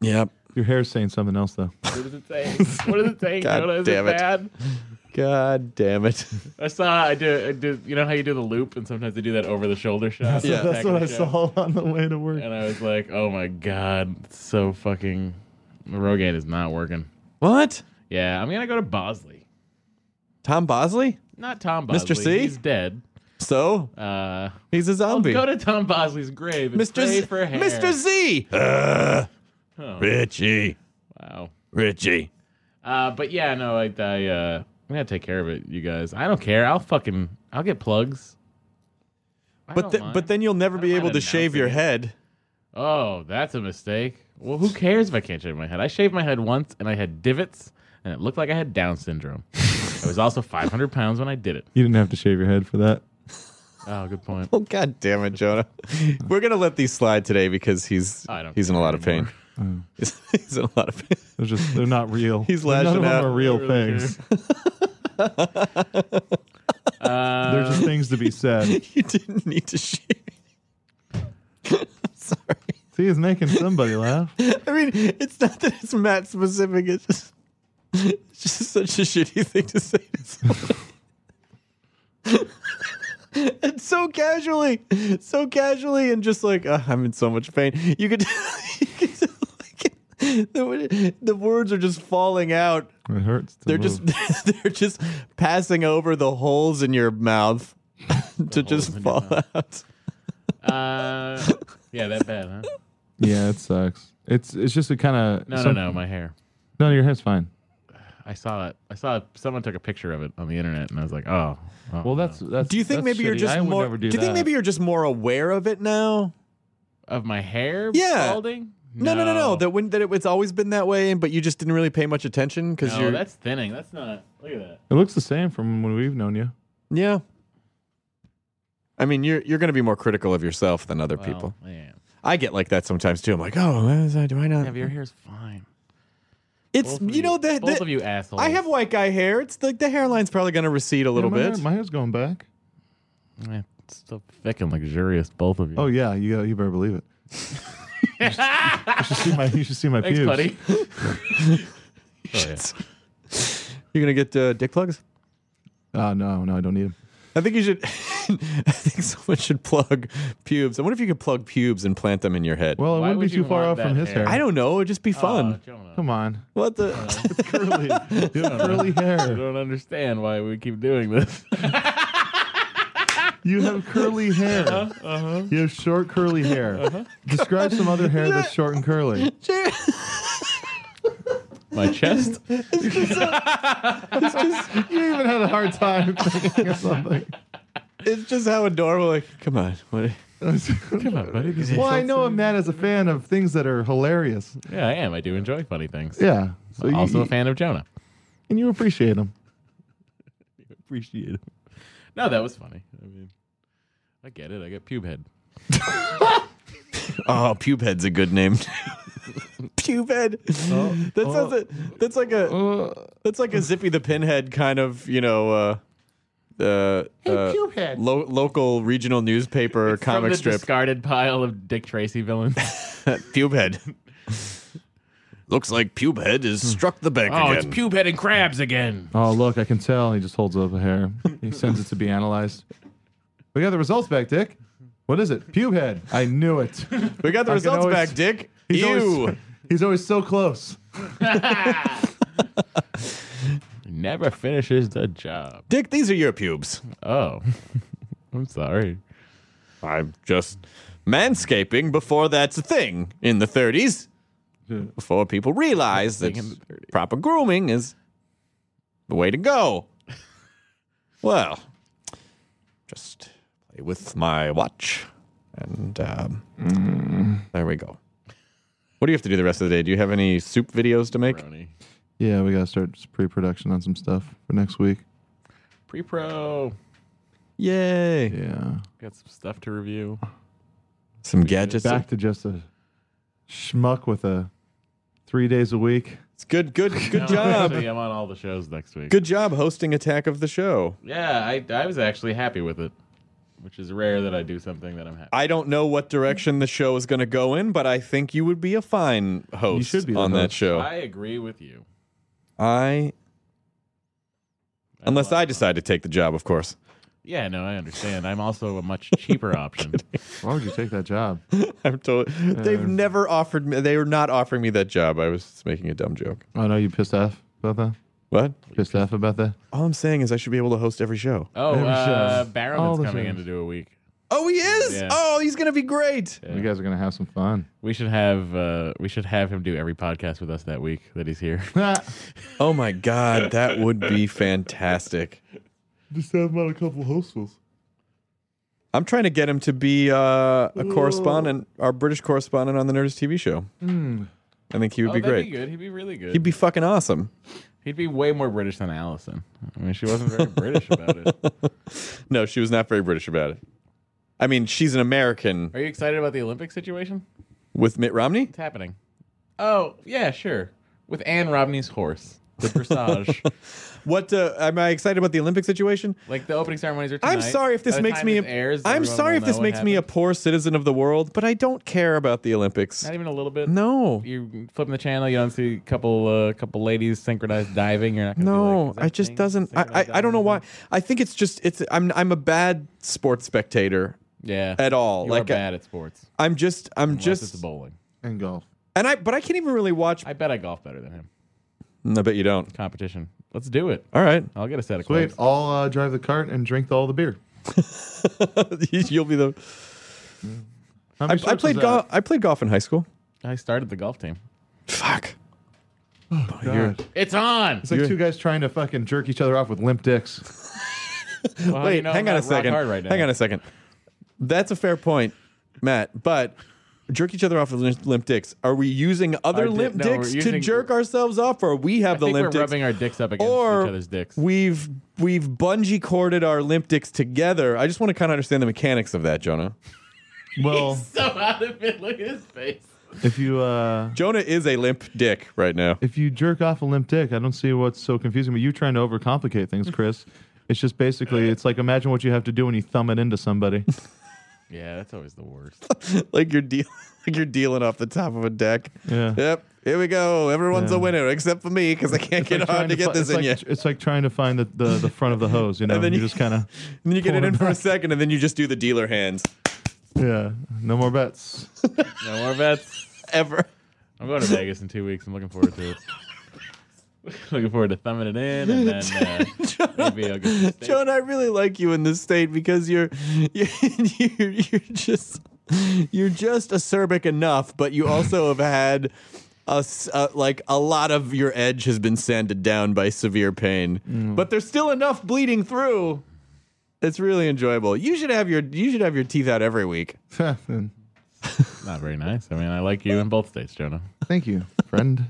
Speaker 1: Yep.
Speaker 3: Your hair's saying something else, though.
Speaker 4: What does it say? What does it say?
Speaker 1: God
Speaker 4: Jonah? Is
Speaker 1: damn it.
Speaker 4: it bad?
Speaker 1: God damn it. *laughs*
Speaker 4: I saw, I do, I do, you know how you do the loop, and sometimes they do that over the shoulder shot?
Speaker 1: Yeah.
Speaker 4: Back of the show?
Speaker 3: *laughs* on the way to work.
Speaker 4: and I was like, "Oh my god, it's so fucking the Rogaine is not working."
Speaker 1: What?
Speaker 4: Yeah, I'm gonna go to Bosley,
Speaker 1: Tom Bosley?
Speaker 4: not Tom
Speaker 1: Mr.
Speaker 4: Bosley.
Speaker 1: C?
Speaker 4: he's dead.
Speaker 1: So
Speaker 4: Uh,
Speaker 1: he's a
Speaker 4: I'll
Speaker 1: zombie.
Speaker 4: go to Tom Bosley's grave. And
Speaker 1: Mr.
Speaker 4: pray
Speaker 1: Z-
Speaker 4: for hair.
Speaker 1: Mr. Z.
Speaker 4: Oh.
Speaker 1: Richie.
Speaker 4: Wow.
Speaker 1: Richie.
Speaker 4: Uh, but yeah, no, I, I uh, I'm gonna take care of it, you guys. I don't care. I'll fucking, I'll get plugs. I
Speaker 1: But
Speaker 4: don't
Speaker 1: th-
Speaker 4: mind.
Speaker 1: but then you'll never
Speaker 4: I
Speaker 1: be
Speaker 4: don't
Speaker 1: able
Speaker 4: mind
Speaker 1: to shave
Speaker 4: announcing
Speaker 1: your
Speaker 4: it.
Speaker 1: head.
Speaker 4: Oh, that's a mistake. Well, who cares if I can't shave my head? I shaved my head once and I had divots and it looked like I had Down syndrome. I was also 500 pounds when I did it.
Speaker 3: You didn't have to shave your head for that.
Speaker 4: Oh, good point.
Speaker 1: *laughs* Well, god damn it, Jonah. We're gonna let these slide today because he's
Speaker 4: I don't
Speaker 1: he's in a lot of pain.
Speaker 3: Mm.
Speaker 1: He's, he's in a lot of pain. *laughs*
Speaker 3: They're just they're not real.
Speaker 1: He's
Speaker 3: None
Speaker 1: lashing
Speaker 3: of
Speaker 1: out.
Speaker 3: them are real
Speaker 4: Really
Speaker 3: things.
Speaker 4: Uh,
Speaker 3: They're just things to be
Speaker 1: *laughs*
Speaker 3: said.
Speaker 1: you didn't need to share. *laughs* Sorry.
Speaker 3: See, he's making somebody
Speaker 1: *laughs*
Speaker 3: laugh.
Speaker 1: I mean, it's not that it's Matt specific. It's just it's just such a shitty thing to say to somebody. *laughs* and so casually, so casually, and just like "Ugh, I'm in so much pain. You could, *laughs* you could like, *laughs* the, the words are just falling out.
Speaker 3: It hurts. To
Speaker 1: They're
Speaker 3: move.
Speaker 1: *laughs* just they're just passing over the holes in your
Speaker 4: *laughs*
Speaker 1: mouth *laughs* to just
Speaker 4: holes in your
Speaker 1: fall out.
Speaker 4: uh, yeah, that bad, huh?
Speaker 3: yeah. It sucks. It's it's just a kind of
Speaker 4: No, no, no. My hair.
Speaker 3: no. Your hair's fine.
Speaker 4: I saw it. I saw it. someone took a picture of it on the internet, and I was like, oh. oh,
Speaker 3: Well, that's that's.
Speaker 1: Do you think
Speaker 3: that's
Speaker 1: maybe you're
Speaker 3: shitty.
Speaker 1: just
Speaker 3: I would
Speaker 1: more?
Speaker 3: never
Speaker 1: Do
Speaker 3: do,
Speaker 1: you think
Speaker 3: that.
Speaker 1: maybe you're just more aware of it now?
Speaker 4: of my hair.
Speaker 1: Yeah.
Speaker 4: Balding.
Speaker 1: No, no, no, no. That when that it, it's always been that way, but you just didn't really pay much attention because
Speaker 4: No,
Speaker 1: you're
Speaker 4: that's thinning. That's not. Look at that.
Speaker 3: It looks the same from when we've known you.
Speaker 1: yeah. I mean, you're you're going to be more critical of yourself than other
Speaker 4: Well,
Speaker 1: people.
Speaker 4: Yeah.
Speaker 1: I get like that sometimes too. I'm like, oh, why is I- do I
Speaker 4: Yeah,
Speaker 1: not?
Speaker 4: but your hair's fine.
Speaker 1: It's
Speaker 4: Both of
Speaker 1: you know that,
Speaker 4: both
Speaker 1: that-
Speaker 4: of you assholes.
Speaker 1: I have white guy hair. It's like the hairline's probably going to recede a little
Speaker 3: Yeah, my
Speaker 1: bit.
Speaker 3: Hair, my hair's going back.
Speaker 4: Yeah, it's so thick and luxurious, both of you.
Speaker 3: Oh yeah, you you better believe it. you should see my you should see my
Speaker 4: thanks,
Speaker 3: pubes.
Speaker 4: buddy. oh, yeah.
Speaker 1: *laughs* you're going to get uh, dick plugs.
Speaker 3: Uh, no, no, I don't need them.
Speaker 1: I think you should. *laughs* I think someone should plug pubes. I wonder if you could plug pubes and plant them in your head.
Speaker 3: Well, it
Speaker 4: Why
Speaker 3: wouldn't
Speaker 4: would
Speaker 3: be
Speaker 4: you
Speaker 3: too far
Speaker 4: want
Speaker 3: off from
Speaker 4: that
Speaker 3: his hair.
Speaker 4: hair?
Speaker 1: I don't know. It'd just be fun.
Speaker 4: Oh, Jonah.
Speaker 3: Come on,
Speaker 1: what the?
Speaker 3: *laughs*
Speaker 4: Uh,
Speaker 3: curly, you have curly
Speaker 4: I
Speaker 3: hair.
Speaker 4: don't understand why we keep doing this. *laughs*
Speaker 3: You have curly hair.
Speaker 4: Uh-huh,
Speaker 3: You have short curly hair. Describe some other hair that's short and *laughs* curly.
Speaker 4: My
Speaker 1: *laughs*
Speaker 4: chest.
Speaker 3: You even had a hard time *laughs* thinking of something.
Speaker 1: *laughs* It's just how adorable. Like, come on, what?
Speaker 4: Come on, buddy. This is
Speaker 3: *laughs* Well, I know I'm mad as a fan of things that are hilarious.
Speaker 4: Yeah, I am. I do enjoy funny things.
Speaker 3: Yeah.
Speaker 4: I'm
Speaker 3: you-
Speaker 4: also
Speaker 3: you,
Speaker 4: a fan of Jonah.
Speaker 3: and you appreciate them.
Speaker 4: Appreciate it. No, that was funny. I mean, I get it. I get pube head.
Speaker 1: Oh, pube head's a good name. *laughs* pube head.
Speaker 4: Oh,
Speaker 1: that sounds. a- that's like a.
Speaker 4: Uh,
Speaker 1: that's like a Zippy the Pinhead kind of. You know. Uh, uh, uh, lo- local regional newspaper comic
Speaker 4: From the
Speaker 1: strip.
Speaker 4: discarded pile of Dick Tracy
Speaker 1: *laughs*
Speaker 4: villains.
Speaker 1: pube head. *laughs* Looks like pube head has struck the bank
Speaker 4: oh, it's pube head and crabs again.
Speaker 3: Oh, look, I can tell. He just holds up a hair. He sends it to be analyzed. We got the results back, Dick. What is it? Pube head. I knew it.
Speaker 1: we got the
Speaker 3: I can
Speaker 1: results
Speaker 3: always-
Speaker 4: *laughs*
Speaker 1: back, Dick.
Speaker 3: He's
Speaker 1: Ew.
Speaker 3: always he's always so close.
Speaker 4: *laughs* Never finishes the job.
Speaker 1: Dick, these are your pubes.
Speaker 4: Oh, *laughs* I'm sorry.
Speaker 1: I'm just manscaping before that's a thing in the 30s. Before people realize that
Speaker 4: in the
Speaker 1: proper grooming is the way to go. well, just play with my watch, and um,
Speaker 4: Mm-hmm.
Speaker 1: there we go. What do you have to do the rest of the day? Do you have any soup videos to make?
Speaker 4: Brony.
Speaker 3: Yeah, we gotta start pre-production on some stuff for next week.
Speaker 4: Pre pro.
Speaker 1: Yay!
Speaker 3: Yeah.
Speaker 4: Got some stuff to review.
Speaker 1: Some gadgets.
Speaker 3: Back to just a schmuck with a three days a week.
Speaker 1: It's good,
Speaker 3: *laughs*
Speaker 1: good, good
Speaker 4: No,
Speaker 1: job.
Speaker 4: actually, I'm on all the shows next week.
Speaker 1: Good job hosting Attack of the Show.
Speaker 4: Yeah, I, I was actually happy with it, which is rare that I do something that I'm happy.
Speaker 1: I don't know what direction the show is going to go in, but I think you would be a fine host
Speaker 3: You should be the
Speaker 1: on that
Speaker 3: host.
Speaker 1: show.
Speaker 4: I agree with you.
Speaker 1: I, unless
Speaker 4: love
Speaker 1: I
Speaker 4: it.
Speaker 1: decide to take the job, of course. *laughs*
Speaker 4: Yeah, no, I understand. I'm also a much *laughs* cheaper option.
Speaker 3: Why would you take that job?
Speaker 1: I'm told
Speaker 3: Uh.
Speaker 1: they've never offered me. They were not offering me that job. I was just making a dumb joke.
Speaker 3: Oh no, you pissed off about that?
Speaker 1: What?
Speaker 3: Pissed off about that?
Speaker 1: All I'm saying is I should be able to host every show.
Speaker 4: Oh,
Speaker 3: Every
Speaker 4: uh,
Speaker 3: show. All
Speaker 4: Barrowman's
Speaker 3: the
Speaker 4: coming in to
Speaker 3: shows.
Speaker 4: do a week.
Speaker 1: Oh, he is.
Speaker 4: Yeah.
Speaker 1: Oh, he's going to be great.
Speaker 3: You guys are gonna have some *laughs* fun.
Speaker 4: We should have uh, we should have him do every podcast with us that week that he's
Speaker 1: *laughs*
Speaker 4: here.
Speaker 1: Oh my God, that would
Speaker 3: *laughs*
Speaker 1: be fantastic.
Speaker 3: Just have about a couple hostels.
Speaker 1: I'm trying to get him to be uh, a correspondent, our British correspondent on the Nerdist TV show. I think he would
Speaker 4: oh,
Speaker 1: be
Speaker 4: that'd
Speaker 1: great.
Speaker 4: be good. He'd be really good.
Speaker 1: He'd be fucking awesome.
Speaker 4: He'd be way more British than Allison. I mean, she wasn't very British about it.
Speaker 1: No, she was not very British about it. I mean, she's an American
Speaker 4: *laughs* Are you excited about the Olympic situation?
Speaker 1: with Mitt Romney.
Speaker 4: It's happening. Oh yeah, sure. With Anne Romney's horse, the dressage.
Speaker 1: *laughs* What uh, am I excited about the Olympic situation?
Speaker 4: like the opening ceremonies are. Tonight.
Speaker 1: I'm sorry if
Speaker 4: By
Speaker 1: this
Speaker 4: the
Speaker 1: makes
Speaker 4: time
Speaker 1: me
Speaker 4: this airs,
Speaker 1: I'm
Speaker 4: everyone
Speaker 1: sorry
Speaker 4: will
Speaker 1: if this
Speaker 4: know what
Speaker 1: makes me a
Speaker 4: happened.
Speaker 1: poor citizen of the world, but I don't care about the Olympics.
Speaker 4: Not even a little bit.
Speaker 1: No.
Speaker 4: You flipping the channel, you don't see a couple uh, couple ladies synchronized diving. You're not. Gonna
Speaker 1: no,
Speaker 4: be like,
Speaker 1: I just doesn't. I, I I don't know why. I think it's just it's. I'm I'm a bad sports spectator.
Speaker 4: yeah.
Speaker 1: At all,
Speaker 4: You
Speaker 1: like
Speaker 4: are
Speaker 1: I-
Speaker 4: bad at sports.
Speaker 1: I'm just I'm
Speaker 4: Unless
Speaker 1: just
Speaker 4: it's bowling.
Speaker 3: and golf.
Speaker 1: and I but I can't even really watch.
Speaker 4: I bet I golf better than him.
Speaker 1: I bet you don't.
Speaker 4: Competition. Let's do it.
Speaker 1: All right, *laughs*
Speaker 4: I'll get a set of clubs.
Speaker 3: Sweet. I'll uh, drive the cart and drink all the beer.
Speaker 1: you'll be the.
Speaker 3: How
Speaker 1: I,
Speaker 3: many
Speaker 1: I
Speaker 3: strokes
Speaker 1: played
Speaker 3: was that?
Speaker 1: golf. I played golf in high school.
Speaker 4: I started the golf team.
Speaker 1: Fuck.
Speaker 3: God.
Speaker 4: It's on.
Speaker 3: Oh, It's like two guys trying to fucking jerk each other off with limp dicks. *laughs*
Speaker 4: Well, how do you
Speaker 1: Wait,
Speaker 4: know
Speaker 1: hang
Speaker 4: I'm
Speaker 1: on a
Speaker 4: not rock
Speaker 1: second.
Speaker 4: hard right now?
Speaker 1: Hang on a second. That's a fair point, Matt. But jerk each other off with lim- limp dicks. Are we using
Speaker 4: Our
Speaker 1: other
Speaker 4: di-
Speaker 1: limp
Speaker 4: no, we're
Speaker 1: dicks to
Speaker 4: using-
Speaker 1: jerk ourselves off, or we have
Speaker 4: I
Speaker 1: the
Speaker 4: think
Speaker 1: limp
Speaker 4: we're
Speaker 1: dicks?
Speaker 4: rubbing our dicks up against
Speaker 1: or
Speaker 4: each other's dicks.
Speaker 1: We've we've bungee corded our limp dicks together. I just want to kind of understand the mechanics of that, Jonah.
Speaker 4: *laughs*
Speaker 3: Well,
Speaker 4: so out of it. Look at his face.
Speaker 3: if you uh,
Speaker 1: Jonah is a limp dick right now.
Speaker 3: if you jerk off a limp dick, I don't see what's so confusing. But you trying to overcomplicate things, Chris. It's just basically, it's like imagine what you have to do when you thumb it
Speaker 1: *laughs*
Speaker 3: into somebody.
Speaker 4: Yeah, that's always the worst.
Speaker 1: like you're deal *laughs* like you're dealing off the top of a deck.
Speaker 3: Yeah.
Speaker 1: Yep. Here we go. Everyone's a winner except for me because I can't get
Speaker 3: Trying
Speaker 1: on to get
Speaker 3: fi-
Speaker 1: this
Speaker 3: it's
Speaker 1: in
Speaker 3: like,
Speaker 1: yet.
Speaker 3: It's like trying to find the, the, the front of the hose, you
Speaker 1: *laughs*
Speaker 3: know.
Speaker 1: And then
Speaker 3: you
Speaker 1: you-
Speaker 3: just kind of
Speaker 1: And then you get it
Speaker 3: Pulling
Speaker 1: in for a
Speaker 3: back.
Speaker 1: second, and then you just do the dealer hands
Speaker 3: yeah, no more bets. *laughs*
Speaker 4: No more bets.
Speaker 1: ever.
Speaker 4: I'm going to Vegas in two weeks. I'm looking forward to *laughs* it. looking forward to thumbing it in, and then
Speaker 1: *laughs*
Speaker 4: uh, maybe I'll get some steak.
Speaker 1: Joan, I really like you in this state because you're *laughs* you're you're, you're just you're just acerbic enough, but you *laughs* also have had a s- uh, like a lot of your edge has been sanded down by severe pain, but there's still enough bleeding through. It's really enjoyable. You should have your you should have your teeth out every week.
Speaker 3: Then,
Speaker 4: Not very nice. I mean, I like you in both states, Jonah.
Speaker 3: Thank you, friend.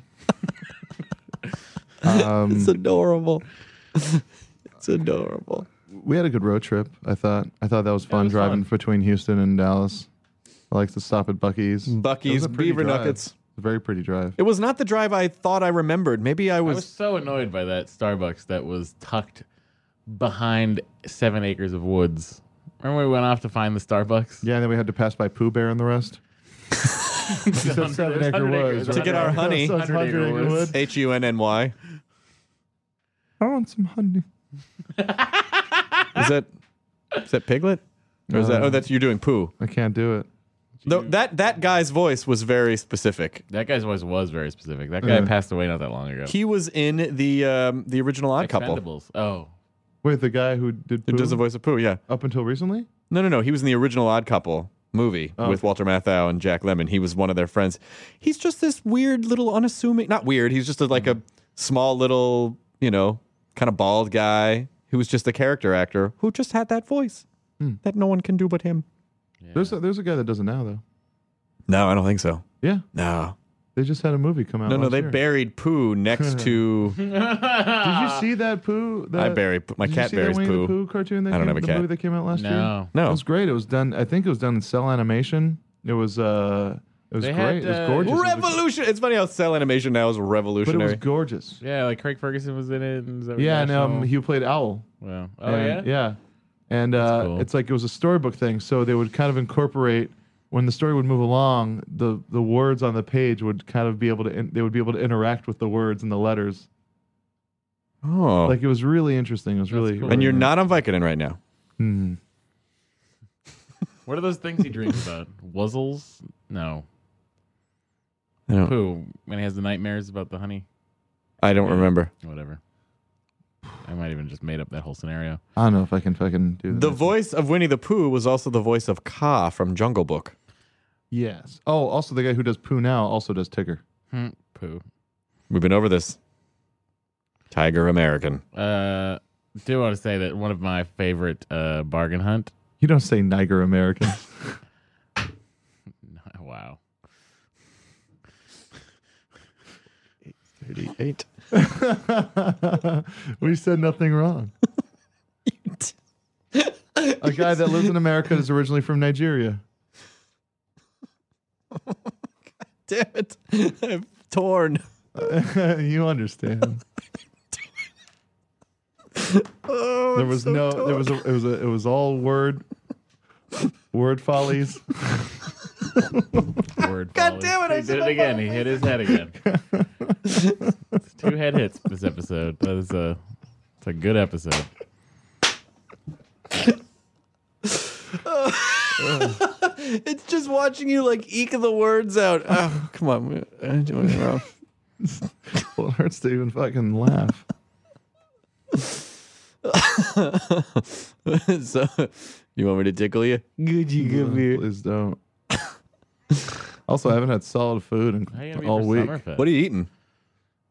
Speaker 1: It's adorable. Mm. *laughs* it's adorable.
Speaker 3: We had a good road trip. I thought I thought that was fun driving between Houston and Dallas. I like to stop at Bucky's. It was
Speaker 1: Bucky's
Speaker 3: a pretty
Speaker 1: Beaver
Speaker 3: drive.
Speaker 1: Nuggets.
Speaker 3: Very pretty drive.
Speaker 1: It was not the drive I thought I remembered. Maybe I
Speaker 4: I
Speaker 1: was.
Speaker 4: was so annoyed by that Starbucks that was tucked behind seven acres of woods. Remember we went off to find the Starbucks?
Speaker 3: Yeah, and then we had to pass by Pooh Bear and the *laughs* rest.
Speaker 4: It's
Speaker 3: said
Speaker 4: 100
Speaker 3: seven
Speaker 4: it's
Speaker 3: acre
Speaker 4: 100
Speaker 3: woods.
Speaker 4: it's
Speaker 1: To
Speaker 4: 100
Speaker 1: get our
Speaker 4: acres.
Speaker 1: honey.
Speaker 3: So it's
Speaker 4: 100 acre
Speaker 3: 100 acre
Speaker 4: woods.
Speaker 3: woods.
Speaker 1: H U N N Y.
Speaker 3: I want some honey.
Speaker 1: Is that is that Piglet? Or is that
Speaker 3: No.
Speaker 1: oh that's you're doing poo.
Speaker 3: I can't do it.
Speaker 1: No, that that guy's voice was very specific.
Speaker 4: That guy's voice was very specific. That guy
Speaker 3: Yeah.
Speaker 4: passed away not that long ago.
Speaker 1: He was in the um, the original Odd Couple.
Speaker 4: Expendables. Oh,
Speaker 3: Wait, the guy who did
Speaker 1: Who
Speaker 3: Pooh
Speaker 1: does the voice of poo? Yeah.
Speaker 3: up until recently?
Speaker 1: No, no, no. He was in the original Odd Couple movie
Speaker 3: Oh.
Speaker 1: with Walter Matthau and Jack Lemmon. He was one of their friends. He's just this weird little unassuming, not weird. He's just a, like a small little, you know, kind of bald guy who was just a character actor who just had that voice that no one can do but him.
Speaker 3: There's a, there's a guy that does it now though.
Speaker 1: No, I don't think so.
Speaker 3: Yeah,
Speaker 1: No.
Speaker 3: they just had a movie come out.
Speaker 1: No, no,
Speaker 3: last
Speaker 1: they
Speaker 3: year.
Speaker 1: buried Pooh *laughs* next to
Speaker 3: Did
Speaker 4: Uh,
Speaker 3: you see that Pooh? That,
Speaker 1: I bury Pooh- my
Speaker 3: did
Speaker 1: cat
Speaker 3: you see
Speaker 1: buries
Speaker 3: that Winnie
Speaker 1: Pooh.
Speaker 3: The Pooh cartoon. That
Speaker 1: I don't
Speaker 3: came,
Speaker 1: have a
Speaker 3: the
Speaker 1: cat.
Speaker 3: movie that came out last year.
Speaker 4: no.
Speaker 3: It
Speaker 1: No.
Speaker 3: was great. It was done. I think it was done in cell animation. It was. uh It was
Speaker 4: They
Speaker 3: great.
Speaker 4: had,
Speaker 3: it was
Speaker 4: uh,
Speaker 3: gorgeous. It was a-
Speaker 1: Revolution. It's funny how cell animation now is
Speaker 3: But it was
Speaker 1: revolutionary.
Speaker 3: gorgeous.
Speaker 4: Yeah, like Craig Ferguson was in it. And Zoe
Speaker 3: Yeah, and um,
Speaker 4: Deschanel.
Speaker 3: he played Owl.
Speaker 4: wow. Oh yeah.
Speaker 3: And- yeah. And uh,
Speaker 4: cool.
Speaker 3: it's like it was a storybook thing, so they would kind of incorporate when the story would move along. the The words on the page would kind of be able to in, they would be able to interact with the words and the letters.
Speaker 1: oh,
Speaker 3: Like it was really interesting. It was really,
Speaker 4: cool.
Speaker 1: and
Speaker 3: really
Speaker 1: you're
Speaker 3: nice.
Speaker 1: not on Vicodin right now.
Speaker 3: Hmm.
Speaker 4: What are those things he dreams
Speaker 3: *laughs*
Speaker 4: about? Wuzzles? No.
Speaker 1: I don't.
Speaker 4: Pooh. When he has the nightmares about the honey.
Speaker 1: I don't remember.
Speaker 4: Whatever. I might even just made up that whole scenario.
Speaker 3: I don't know if I can fucking do that.
Speaker 1: The voice of Winnie the Pooh was also the voice of Ka from Jungle Book.
Speaker 3: yes. Oh, also the guy who does Pooh now also does Tigger.
Speaker 4: Hmm, Pooh.
Speaker 1: We've been over this. Tiger American.
Speaker 4: Uh, do want to say that one of my favorite uh, bargain hunt.
Speaker 3: You don't say Niger *laughs* American.
Speaker 4: *laughs* Wow.
Speaker 1: 38.
Speaker 3: we said nothing wrong. *laughs* a guy that lives in America is originally from Nigeria.
Speaker 1: Damn it. *laughs* I'm *laughs* torn.
Speaker 3: *laughs* you *laughs* understand.
Speaker 1: Oh,
Speaker 3: there was no there was a, it was a, it was all word word *laughs* follies.
Speaker 4: Word
Speaker 1: *laughs*
Speaker 4: folly.
Speaker 1: God damn it,
Speaker 4: He
Speaker 1: I
Speaker 4: did it again. He hit his head again.
Speaker 1: *laughs*
Speaker 4: it's *laughs* two head hits this episode. That is a it's a good episode.
Speaker 1: it's just watching you like eke the words out. Oh, come on. I'm doing it wrong.
Speaker 3: well, it hurts to even fucking laugh.
Speaker 1: *laughs* so, you want me to tickle you? Good, you give me.
Speaker 3: *laughs* Please *laughs* don't. Also, I haven't had solid food
Speaker 4: How you gonna
Speaker 3: in
Speaker 4: be
Speaker 3: all
Speaker 4: for
Speaker 3: week.
Speaker 4: Summerfest?
Speaker 1: What are you eating?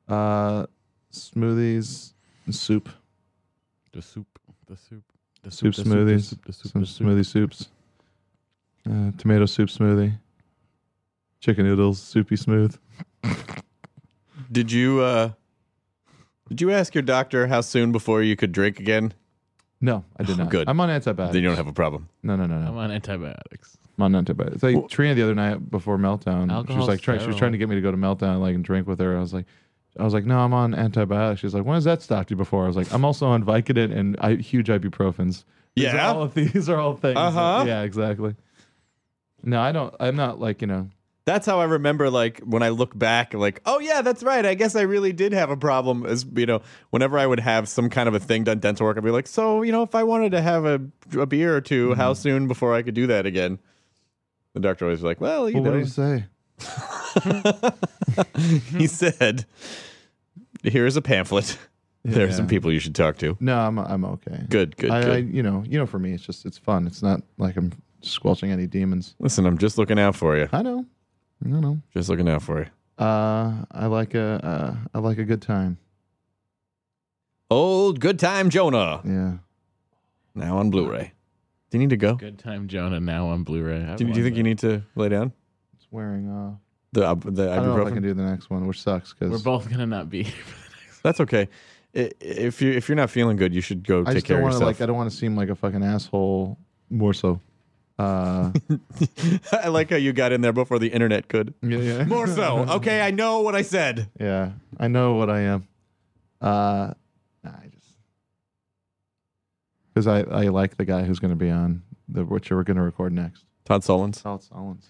Speaker 3: Uh, smoothies, and soup,
Speaker 4: The soup. The soup. The
Speaker 3: soup
Speaker 4: the
Speaker 3: smoothies,
Speaker 4: the soup,
Speaker 3: some
Speaker 4: the soup.
Speaker 3: smoothie soups, uh, tomato soup smoothie, chicken noodles, soupy smooth.
Speaker 1: Did you uh did you ask your doctor how soon before you could drink again?
Speaker 3: No, I did *laughs*
Speaker 1: Oh,
Speaker 3: not.
Speaker 1: good.
Speaker 3: I'm on antibiotics.
Speaker 1: Then you don't have a problem.
Speaker 3: No, no, no, no.
Speaker 4: I'm on antibiotics.
Speaker 3: I'm on antibiotics. Like Trina the other night before meltdown, she
Speaker 4: Alcohol's
Speaker 3: was like trying. She was
Speaker 4: terrible.
Speaker 3: trying to get me to go to meltdown, like and drink with her. I was like, I was like, no, I'm on antibiotics. She's like, when has that stopped you before? I was like, I'm also on Vicodin and I, huge ibuprofens. These
Speaker 1: Yeah?
Speaker 3: are all of these are all things. that-
Speaker 1: Uh-huh.
Speaker 3: yeah, exactly. No, I don't. I'm not like you know.
Speaker 1: That's how I remember like when I look back like, oh yeah, that's right. I guess I really did have a problem as you know, whenever I would have some kind of a thing done dental work, I'd be like, so, you know, if I wanted to have a, a beer or 2 how soon before I could do that again? The doctor always was like, well, you
Speaker 3: Well, what do
Speaker 1: know,
Speaker 3: you say?
Speaker 1: he said, here's a pamphlet. *laughs* There are some
Speaker 3: Yeah.
Speaker 1: people you should talk to.
Speaker 3: No, I'm I'm okay.
Speaker 1: Good, good,
Speaker 3: I,
Speaker 1: good.
Speaker 3: I you know you know for me it's just it's fun. It's not like I'm squelching any demons.
Speaker 1: Listen, I'm just looking out for you.
Speaker 3: I know. I know.
Speaker 1: Just looking out for you.
Speaker 3: Uh, I like a uh, I like a good time.
Speaker 1: Old Good Time Jonah.
Speaker 3: Yeah.
Speaker 1: Now on Blu ray. Do you need to go?
Speaker 4: Good time, Jonah. Now on Blu-ray. I
Speaker 1: Do you, do you
Speaker 4: want
Speaker 1: think
Speaker 4: that.
Speaker 1: you need to lay down?
Speaker 3: It's wearing off.
Speaker 1: The, uh, the
Speaker 3: I don't know if I
Speaker 1: ibuprofen?
Speaker 3: can do the next one, which sucks
Speaker 4: We're
Speaker 3: because
Speaker 4: both gonna not be. *laughs* here.
Speaker 1: That's okay. I- If you if you're not feeling good, you should go
Speaker 3: I
Speaker 1: take
Speaker 3: just
Speaker 1: care
Speaker 3: don't
Speaker 1: of
Speaker 3: want to
Speaker 1: yourself.
Speaker 3: like. I don't want to seem like a fucking asshole. More so.
Speaker 1: *laughs*
Speaker 3: Uh,
Speaker 1: I like how you got in there before the internet could.
Speaker 3: yeah, yeah.
Speaker 1: More so.
Speaker 3: *laughs*
Speaker 1: Okay, I know what I said.
Speaker 3: Yeah, I know what I am. Uh, nah, I just because I I like the guy who's going to be on the what you're going to record next.
Speaker 1: Todd Solons.
Speaker 3: Todd Solins.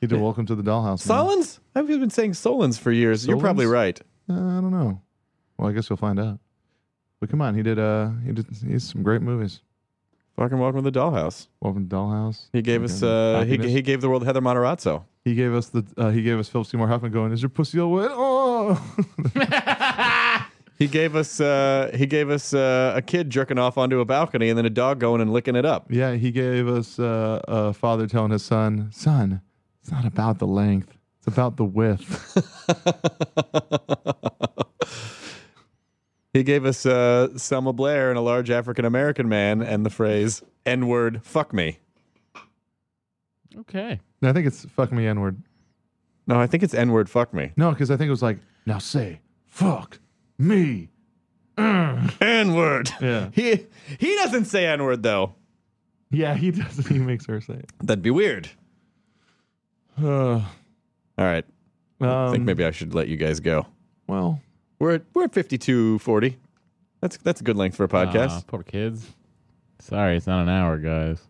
Speaker 3: He did Welcome to the Dollhouse. man.
Speaker 1: Solons? I've been saying Solons for years. You're probably
Speaker 3: Solons?
Speaker 1: right.
Speaker 3: Uh, I don't know. Well, I guess we'll find out. But come on, he did. Uh, he did. He's some great movies.
Speaker 1: Fucking welcome to the dollhouse.
Speaker 3: Welcome to Dollhouse.
Speaker 1: He gave us uh, he,
Speaker 3: Happiness.
Speaker 1: he gave the world Heather Matarazzo.
Speaker 3: He gave us the uh, he gave us Philip Seymour Hoffman going, "Is your pussy all wet?" Oh, *laughs*
Speaker 1: He gave us uh, he gave us uh, a kid jerking off onto a balcony and then a dog going and licking it up.
Speaker 3: yeah. He gave us uh, a father telling his son, "Son, it's not about the length, it's about the width." *laughs*
Speaker 1: He gave us uh, Selma Blair and a large African American man and the phrase N word fuck me.
Speaker 4: Okay.
Speaker 3: no, I think it's "fuck me inward."
Speaker 1: No, I think it's N word fuck me.
Speaker 3: No, because I think it was like, "Now say fuck me."
Speaker 1: N word.
Speaker 3: Yeah,
Speaker 1: *laughs* He he doesn't say N word though.
Speaker 3: yeah. He *laughs* doesn't. He makes her say it.
Speaker 1: That'd be weird.
Speaker 3: Uh,
Speaker 1: All right, I think
Speaker 3: um,
Speaker 1: maybe I should let you guys go.
Speaker 3: Well,
Speaker 1: We're at we're at fifty two forty. That's that's a good length for a
Speaker 4: Aw,
Speaker 1: podcast.
Speaker 4: poor kids. Sorry, it's not an hour, guys.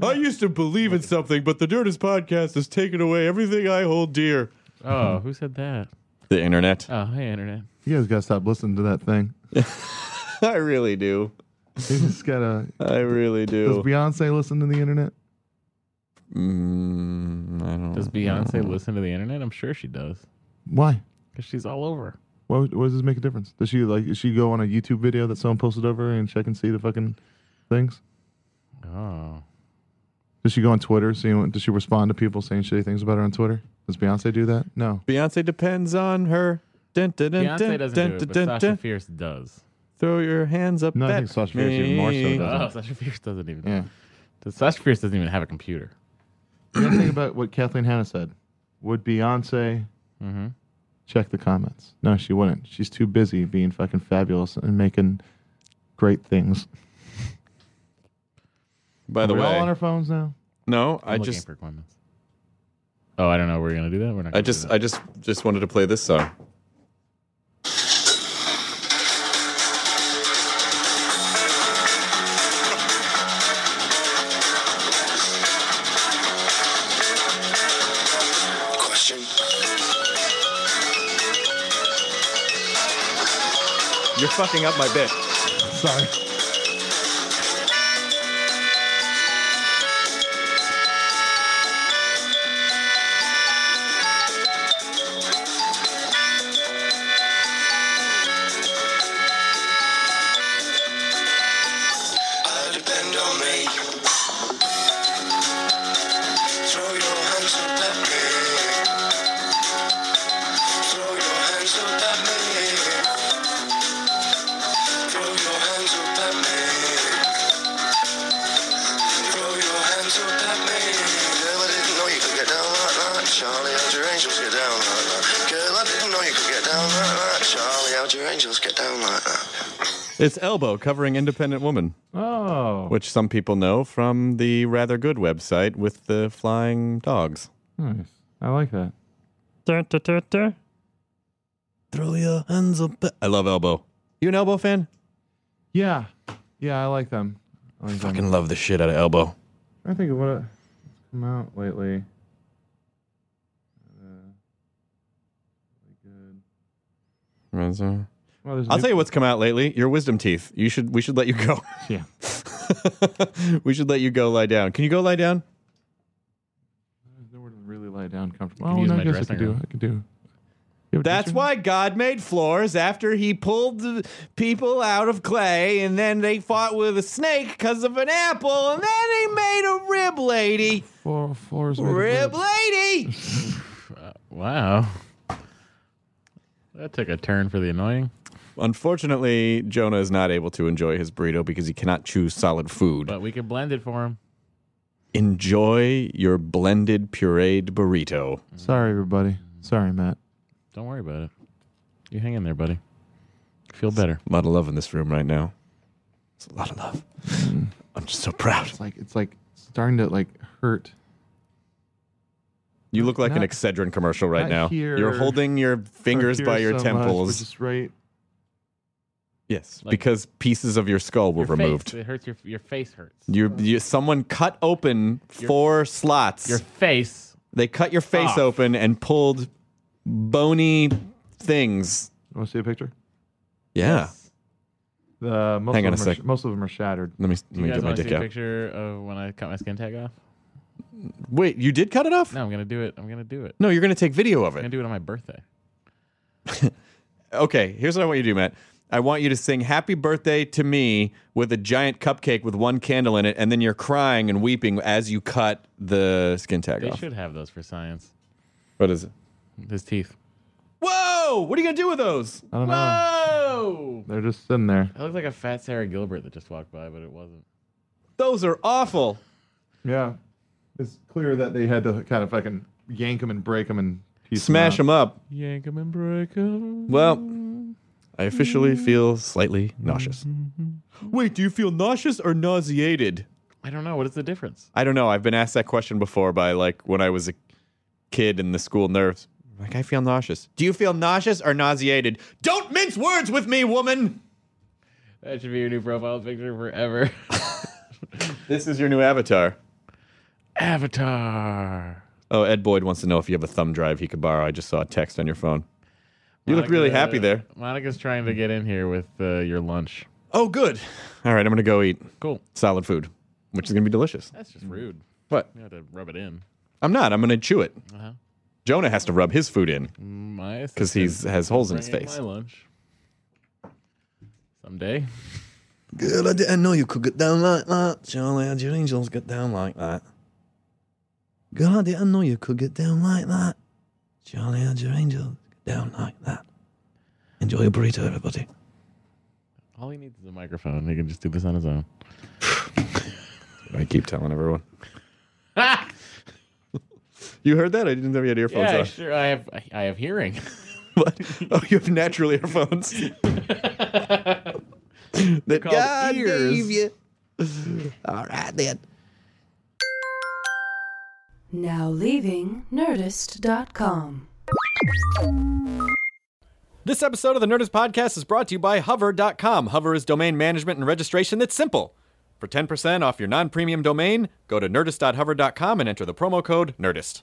Speaker 1: I used to believe in something, but the Dirtest Podcast has taken away everything I hold dear.
Speaker 4: Oh, who said that?
Speaker 1: The internet. *laughs*
Speaker 4: Oh, hey, internet.
Speaker 3: you guys gotta stop listening to that thing.
Speaker 1: I really do.
Speaker 3: You just gotta.
Speaker 1: I really
Speaker 3: Does
Speaker 1: do.
Speaker 3: Beyonce listen to the internet?
Speaker 1: Mm, I don't.
Speaker 4: Does Beyonce listen to the internet? I'm sure she does,
Speaker 3: Why?
Speaker 4: because she's all over.
Speaker 3: Why would- why does this make a difference? Does she like? Does she go on a YouTube video that someone posted over and check and see the fucking things?
Speaker 4: Oh,
Speaker 3: Does she go on Twitter? See, does she respond to people saying shitty things about her on Twitter? Does Beyonce do that? No.
Speaker 1: Beyonce depends on her. Dun, dun, dun,
Speaker 4: Beyonce
Speaker 1: dun,
Speaker 4: doesn't
Speaker 1: dun,
Speaker 4: do it, but
Speaker 1: dun,
Speaker 4: Sasha
Speaker 1: dun.
Speaker 4: Fierce does.
Speaker 1: Throw your hands up.
Speaker 3: No, I
Speaker 1: at
Speaker 3: think Sasha Fierce even more so
Speaker 1: me.
Speaker 3: does.
Speaker 4: Oh,
Speaker 3: Doesn't.
Speaker 4: Sasha Fierce doesn't even.
Speaker 3: Yeah.
Speaker 4: Does- Sasha Fierce doesn't even have a computer.
Speaker 3: You gotta think about what Kathleen Hanna said. Would Beyonce
Speaker 4: Mm-hmm.
Speaker 3: check the comments? No, she wouldn't. She's too busy being fucking fabulous and making great things.
Speaker 1: By
Speaker 3: Are
Speaker 1: the
Speaker 3: we all
Speaker 1: way,
Speaker 3: on our phones now.
Speaker 1: no,
Speaker 4: I'm
Speaker 1: I
Speaker 4: looking
Speaker 1: just
Speaker 4: for appointments. Oh, I don't know. We're gonna do that. We're not. Gonna
Speaker 1: I just I just just wanted to play this song.
Speaker 7: Question.
Speaker 1: You're fucking up my bit.
Speaker 3: Sorry.
Speaker 7: I depend on me. Throw your hands up at me. Throw your hands up at me. Throw your hands up at me. Throw your hands up at me. Girl, I didn't know you could get down like that. Charlie, how'd your angels get down like that? Girl, I didn't know you could get down like that. Charlie, how'd your angels get down like that?
Speaker 1: It's Elbow covering Independent Woman.
Speaker 3: Oh.
Speaker 1: Which some people know from the rather good website with the flying dogs.
Speaker 3: Nice. I like that.
Speaker 1: Throw your hands up. I love Elbow. You an Elbow fan?
Speaker 3: Yeah. Yeah, I like them. I like
Speaker 1: Fucking love the shit out of Elbow.
Speaker 3: I think of what's come out lately.
Speaker 1: I'll
Speaker 3: Well, there's
Speaker 1: tell you what's come out lately. Your wisdom teeth. You should. We should let you go. *laughs*
Speaker 3: Yeah.
Speaker 1: we should let you go lie down. Can you go lie down?
Speaker 3: nowhere to really lie down comfortably.
Speaker 4: You can
Speaker 3: Oh,
Speaker 4: use
Speaker 3: no,
Speaker 4: my
Speaker 3: I guess I
Speaker 4: dressing
Speaker 3: could do.
Speaker 4: room.
Speaker 3: I could do.
Speaker 1: That's why God made floors after he pulled the people out of clay and then they fought with a snake because of an apple and then he made a rib lady.
Speaker 3: Floor, floors. made of
Speaker 1: Rib
Speaker 3: wood.
Speaker 1: lady!
Speaker 4: Wow. That took a turn for the annoying.
Speaker 1: Unfortunately, Jonah is not able to enjoy his burrito because he cannot choose solid food.
Speaker 4: But we can blend it for him.
Speaker 1: Enjoy your blended pureed burrito.
Speaker 3: Sorry, everybody. Sorry, Matt.
Speaker 4: Don't worry about it. You hang in there, buddy. Feel better.
Speaker 1: A lot of love in this room right now. It's a lot of love. I'm just so proud.
Speaker 3: Mm. It's like it's like starting to like hurt.
Speaker 1: You look like an
Speaker 3: Not-
Speaker 1: Excedrin commercial right
Speaker 3: not
Speaker 1: now.
Speaker 3: here-
Speaker 1: You're holding
Speaker 3: *laughs*
Speaker 1: your fingers
Speaker 3: Hurt
Speaker 1: by
Speaker 3: here
Speaker 1: your
Speaker 3: so much, but
Speaker 1: temples.
Speaker 3: just right.
Speaker 1: Yes,
Speaker 4: Like-
Speaker 1: because pieces of your skull were
Speaker 4: Your face,
Speaker 1: removed.
Speaker 4: it hurts. Your your face hurts.
Speaker 1: You, you, someone cut open
Speaker 4: Your-
Speaker 1: four slots.
Speaker 4: Your face.
Speaker 1: they cut your face
Speaker 4: Off.
Speaker 1: open and pulled bony things.
Speaker 3: You want to see a picture?
Speaker 1: Yeah.
Speaker 3: The most
Speaker 1: Hang on
Speaker 3: of
Speaker 1: a
Speaker 3: them
Speaker 1: sec.
Speaker 3: Are, most of them are shattered.
Speaker 1: Let me
Speaker 4: Do
Speaker 1: let
Speaker 4: you
Speaker 1: me
Speaker 4: guys
Speaker 1: get my
Speaker 4: want to
Speaker 1: dick
Speaker 4: see a
Speaker 1: out.
Speaker 4: picture of when I cut my skin tag off?
Speaker 1: Wait, you did cut it off?
Speaker 4: No, I'm gonna do it. I'm gonna do it.
Speaker 1: No, you're gonna take video of
Speaker 4: I'm gonna
Speaker 1: it.
Speaker 4: do it on my birthday.
Speaker 1: Okay, here's what I want you to do, Matt. I want you to sing "Happy Birthday to Me" with a giant cupcake with one candle in it, and then you're crying and weeping as you cut the skin tag
Speaker 4: They
Speaker 1: off.
Speaker 4: should have those for science.
Speaker 1: What is it?
Speaker 4: His teeth.
Speaker 1: Whoa! What are you gonna do with those?
Speaker 3: I don't know.
Speaker 4: Whoa!
Speaker 3: They're just sitting there.
Speaker 4: I looked like a fat Sarah Gilbert that just walked by, but it wasn't.
Speaker 1: Those are awful.
Speaker 3: Yeah. It's clear that they had to kind of fucking yank them and break them and piece
Speaker 1: Smash them up.
Speaker 4: Yank 'em and break 'em.
Speaker 1: Well, I officially feel slightly nauseous. Wait, do you feel nauseous or nauseated?
Speaker 4: I don't know. What is the difference?
Speaker 1: I don't know. I've been asked that question before by like when I was a kid in the school nerves. Like, I feel nauseous. Do you feel nauseous or nauseated? Don't mince words with me, woman!
Speaker 4: That should be your new profile picture forever. *laughs*
Speaker 1: This is your new avatar.
Speaker 4: Avatar.
Speaker 1: Oh, Ed Boyd wants to know if you have a thumb drive he could borrow. I just saw a text on your phone. You look really
Speaker 4: Monica-
Speaker 1: happy there.
Speaker 4: Monica's trying to get in here with uh, your lunch.
Speaker 1: Oh, good. All right, I'm going to go eat
Speaker 4: Cool.
Speaker 1: solid food, which is going to be delicious.
Speaker 4: That's just rude.
Speaker 1: What?
Speaker 4: You have to rub it in.
Speaker 1: I'm not. I'm going to chew it.
Speaker 4: Uh-huh.
Speaker 1: Jonah has to rub his food in.
Speaker 4: My
Speaker 1: because
Speaker 4: assistant
Speaker 1: he's has holes in his
Speaker 4: bringing
Speaker 1: face.
Speaker 4: My lunch. Someday.
Speaker 1: Girl, I didn't know you could get down like that. Charlie, how'd your angels get down like that? Girl, I didn't know you could get down like that. Charlie, how'd your angels get down like that? Enjoy your burrito, everybody.
Speaker 4: All he needs is a microphone. He can just do this on his own.
Speaker 1: I keep telling everyone. *laughs* you heard that? I didn't have your earphones
Speaker 4: yeah,
Speaker 1: on.
Speaker 4: sure. I have. I have hearing. *laughs*
Speaker 1: What? *laughs* Oh, you have natural earphones. that
Speaker 4: called ears.
Speaker 1: you. All right then.
Speaker 3: Now leaving Nerdist.com.
Speaker 1: This episode of the Nerdist Podcast is brought to you by Hover.com. Hover is domain management and registration that's simple. For 10% off your non premium domain, go to nerdist.hover.com and enter the promo code NERDIST.